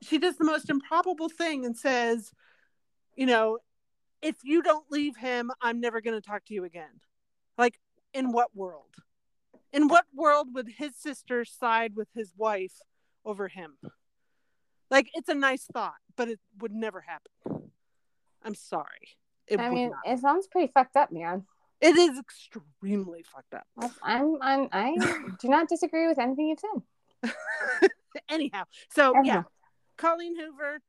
D: she does the most improbable thing and says you know if you don't leave him, I'm never going to talk to you again. Like, in what world? In what world would his sister side with his wife over him? Like, it's a nice thought, but it would never happen. I'm sorry. It,
C: I
D: would
C: mean,
D: not.
C: it sounds pretty fucked up, man.
D: it is extremely fucked up.
C: That's- I'm, I'm I do not disagree with anything you said.
D: Anyhow, so
C: Anyhow.
D: yeah, Colleen Hoover.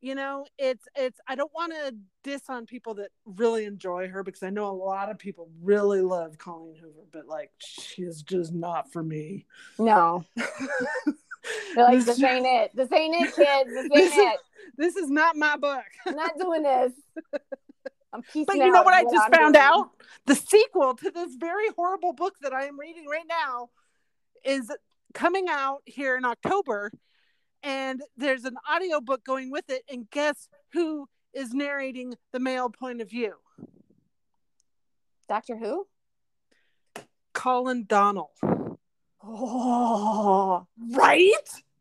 D: You know, it's it's. I don't want to diss on people that really enjoy her because I know a lot of people really love Colleen Hoover, but like she is just not for me.
C: No, they're like,
D: this,
C: this ain't it. This ain't it, kids. This ain't
D: This is-
C: it.
D: this is not my book.
C: I'm not doing this. I'm peacing
D: But you know
C: out
D: what I
C: with
D: just
C: I'm
D: found
C: doing.
D: out? The sequel to this very horrible book that I am reading right now is coming out here in October. And there's an audiobook going with it. And guess who is narrating the male point of view?
C: Doctor Who.
D: Colin Donnell.
C: Oh,
D: Right?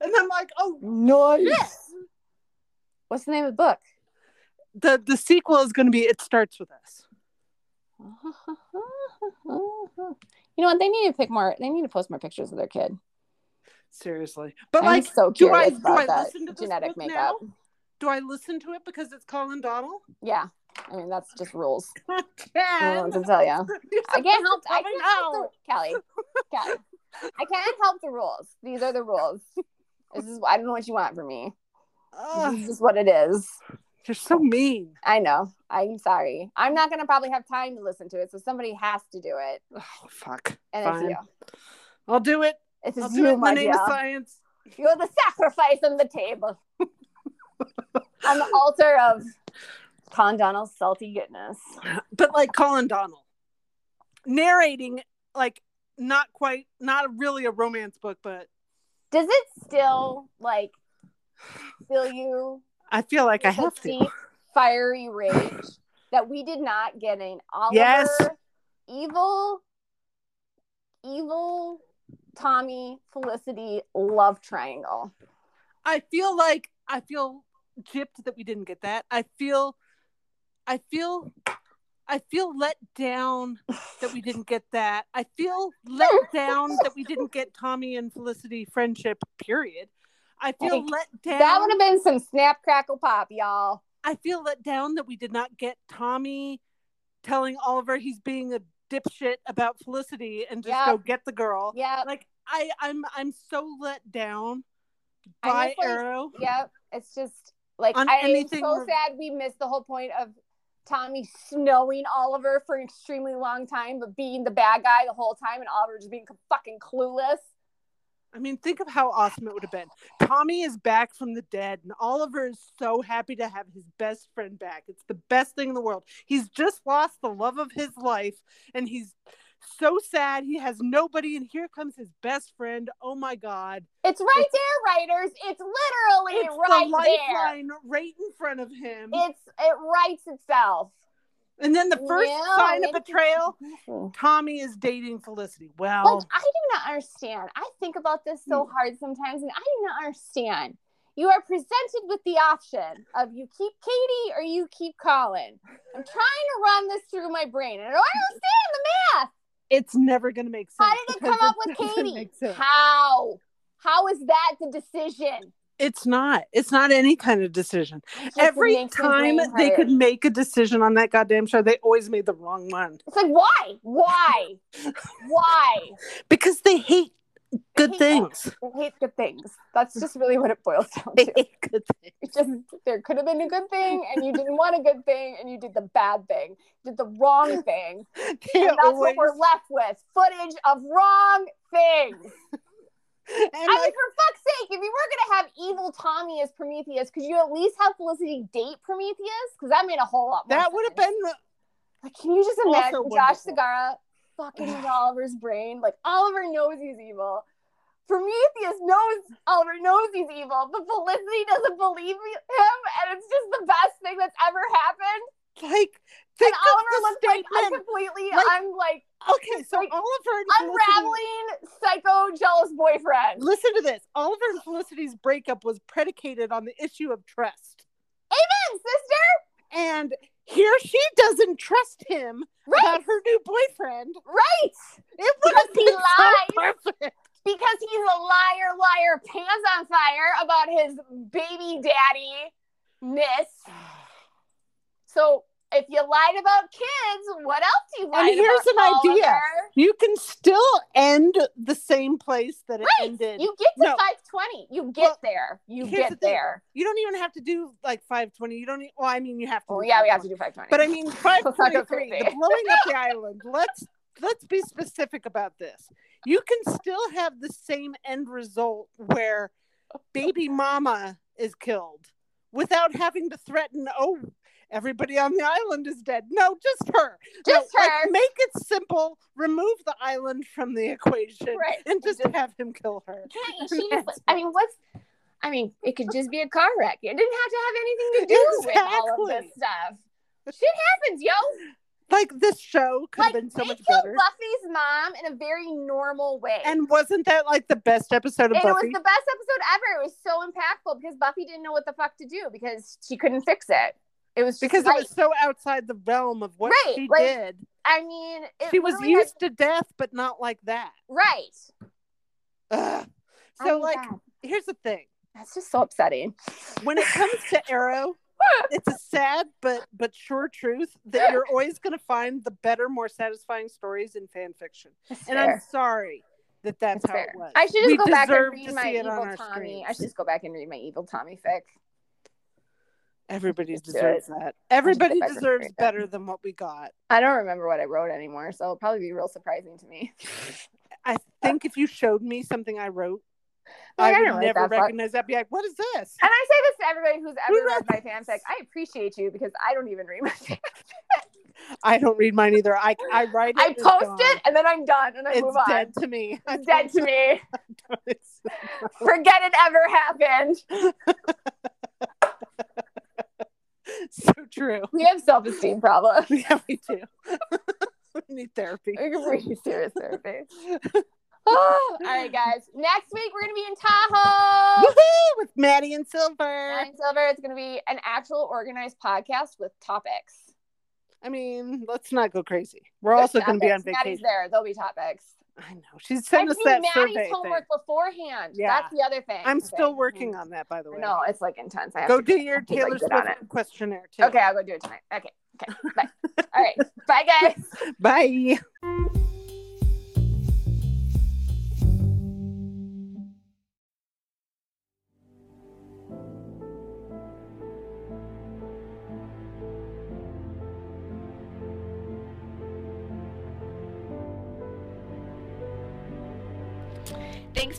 D: And I'm like, oh,
C: nice. What's the name of the book?
D: the, the sequel is going to be It Starts With Us.
C: You know what? They need to pick more. They need to post more pictures of their kid.
D: Seriously. But
C: I'm
D: like,
C: so
D: do I-
C: curious
D: do
C: about
D: I
C: that
D: listen to this
C: genetic
D: book
C: makeup.
D: do I listen to it because it's Colin Donnell?
C: Yeah, I mean that's just rules.
D: I
C: I don't know
D: can't.
C: what to tell you.
D: You're
C: I can't help.
D: supposed to
C: I
D: tell
C: can't
D: me no.
C: help the, Kelly. Kelly, I can't help the rules. These are the rules. This is. I don't know what you want from me.
D: Ugh,
C: This is what it is.
D: you're so mean.
C: I know. I'm sorry. I'm not gonna probably have time to listen to it, so somebody has to do it,
D: Oh fuck.
C: and it's
D: Fine.
C: you.
D: I'll do it.
C: It's
D: I'll
C: is
D: do it
C: you,
D: in the
C: my
D: name of
C: dear.
D: science.
C: You're the sacrifice on the table. on the altar of Con Donnell's salty goodness.
D: But like Colin Donnell. Narrating like not quite not really a romance book, but
C: Does it still like fill you
D: I feel like I
C: with a
D: have to.
C: deep, fiery rage that we did not get an Oliver
D: Yes.
C: evil evil Tommy Felicity love triangle.
D: I feel like I feel gypped that we didn't get that. I feel, I feel, I feel let down that we didn't get that. I feel let down that we didn't get Tommy and Felicity friendship. Period. I feel
C: Like,
D: let down.
C: That would have been some snap crackle pop, y'all.
D: I feel let down that we did not get Tommy telling Oliver he's being a dipshit about Felicity and just
C: Yeah.
D: go get the girl.
C: Yep,
D: Like I, I'm, I'm so let down
C: I
D: by
C: just, like,
D: Arrow.
C: yep. It's just like
D: On
C: I am
D: anything
C: so
D: re-
C: sad we missed the whole point of Tommy snowing Oliver for an extremely long time, but being the bad guy the whole time, and Oliver just being fucking clueless.
D: I mean, think of how awesome it would have been. Tommy is back from the dead, and Oliver is so happy to have his best friend back. It's the best thing in the world. He's just lost the love of his life, and he's so sad. He has nobody, and here comes his best friend. Oh my God.
C: It's right there, writers. It's literally
D: It's
C: right
D: the
C: there.
D: lifeline right in front of him.
C: It's it writes itself.
D: and then the first
C: Yeah,
D: sign of
C: maybe-
D: betrayal
C: Like
D: Tommy is dating Felicity. Well,
C: I do not understand. I think about this
D: Mm.
C: so hard sometimes, and I do not understand. You are presented with the option of you keep Katie or you keep Colin. I'm trying to run this through my brain, and I don't understand the math.
D: it's never going to make sense.
C: How did it
D: because
C: come up
D: it
C: with
D: doesn't
C: Katie?
D: make sense.
C: How? How is that the decision?
D: It's not. It's not any kind of decision.
C: It just
D: every
C: makes my
D: time
C: brain
D: they
C: hurt.
D: could make a decision on that goddamn show, they always made the wrong one
C: It's like why? Why? why?
D: because they hate good
C: hate
D: things.
C: I hate good things. That's just really what it boils down to.
D: hate good things.
C: It's just there could have been a good thing, and you didn't want a good thing, and you did the bad thing, did the wrong thing.
D: They
C: And that's what
D: always-
C: we're left with: footage of wrong things.
D: and
C: I
D: I-
C: mean, for fuck's sake, if you were gonna have evil Tommy as Prometheus, could you at least have Felicity date Prometheus? Because that made a whole lot. More
D: that would have
C: sense.
D: been
C: Like, can you just
D: also
C: imagine Josh
D: wonderful.
C: Segarra fucking with Oliver's brain? Like Oliver knows he's evil. Prometheus knows Oliver knows he's evil, but Felicity doesn't believe him, and it's just the best thing that's ever happened.
D: like
C: And
D: think of
C: Oliver
D: the
C: looks like I'm
D: statement.
C: completely,
D: Like-
C: I'm like
D: okay, so
C: like,
D: Oliver and Felicity.
C: unraveling psycho jealous boyfriend.
D: Listen to this. Oliver and Felicity's breakup was predicated on the issue of trust,
C: Damn, sister,
D: and here she doesn't trust him
C: right,
D: about her new boyfriend.
C: right,
D: It would have
C: Because he
D: been
C: lies.
D: so perfect.
C: because he's a liar, liar, pants on fire about his baby daddy ness. So if you lied about kids, what else do you
D: And
C: lied
D: here's an
C: about,
D: idea.
C: Oliver?
D: You can still end the same place that it
C: Right.
D: ended. You,
C: You get to
D: No.
C: 520. You get
D: Well,
C: there. You
D: here's
C: get
D: the thing.
C: there.
D: don't even have to do like 520. You don't need, well, I mean, you have to.
C: Oh
D: do
C: yeah, we have to
D: 520.
C: do 520.
D: But I mean,
C: Let's not go
D: 523, the
C: crazy.
D: blowing up the island. Let's let's be specific about this. You can still have the same end result where baby mama is killed without having to threaten, oh, everybody on the island is dead. No, just her. No,
C: just
D: like,
C: her.
D: make it simple. Remove the island from the equation.
C: right.
D: and just have him kill her.
C: Can't you- she just- I mean, what's I mean, it could just be a car wreck. It didn't have to have anything to do with all of
D: Exactly.
C: this stuff. Shit happens, yo.
D: Like this show could have
C: Like,
D: been so
C: they
D: much
C: killed
D: better.
C: Buffy's mom in a very normal way.
D: And wasn't that like the best episode of
C: and
D: Buffy?
C: it was the best episode ever. It was so impactful because Buffy didn't know what the fuck to do because she couldn't fix it. It was just
D: because
C: like,
D: it was so outside the realm of what
C: Right,
D: she
C: like,
D: did.
C: I mean, it
D: She was
C: literally had-
D: used to death, but not like that.
C: right.
D: Ugh.
C: Oh
D: So,
C: my
D: like,
C: God.
D: here's the thing:
C: that's just so upsetting.
D: when it comes to Arrow, it's a sad but but sure truth that you're always going to find the better, more satisfying stories in fan fiction.
C: That's
D: And
C: fair.
D: I'm sorry that that's,
C: That's
D: how
C: fair.
D: it was.
C: I should just
D: We
C: go back and
D: deserve
C: read
D: to
C: my
D: see it on
C: evil
D: our
C: Tommy. I
D: screens.
C: should just go back and read my evil Tommy fic.
D: Everybody
C: Let's do
D: deserves that. Everybody
C: back and
D: deserves
C: read it.
D: better than what we got.
C: I don't remember what I wrote anymore, so it'll probably be real surprising to me.
D: I think if you showed me something I wrote,
C: Uh, Like, I
D: I
C: don't
D: would
C: like
D: never
C: that part.
D: recognize that. Be like, what is this?
C: And I say this to everybody who's ever
D: Who
C: read
D: wrote
C: my fanfic. I appreciate you because I don't even read my fanfic.
D: I don't read mine either. I I write. It,
C: I
D: it's
C: post
D: gone.
C: it and then I'm done and I move
D: It's
C: on.
D: dead to me.
C: It's dead to me.
D: It's-
C: Forget it ever happened.
D: so true.
C: We have self esteem problems.
D: Yeah, we do. we need therapy.
C: We can bring you serious therapy. All right, guys. Next week we're gonna be in Tahoe.
D: Woohoo! With Maddie and Silver.
C: Nine Silver. It's gonna be an actual organized podcast with topics.
D: I mean, let's not go crazy. We're also
C: There's
D: going to be on
C: topics.
D: vacation.
C: Maddie's there. There'll be topics.
D: I know. She's sent
C: I
D: us
C: do
D: that
C: Maddie's
D: survey. Thing.
C: homework beforehand.
D: Yeah.
C: That's the other thing. Mm-hmm.
D: I'm still
C: Hmm.
D: working on that, by the way.
C: No, it's like intense. I have
D: Go
C: to
D: do your
C: keep, like,
D: Taylor
C: good on
D: Swift questionnaire too.
C: it. Okay, I'll go do it tonight. Okay. Okay. Bye. All right. Bye, guys.
D: Bye.
B: Thanks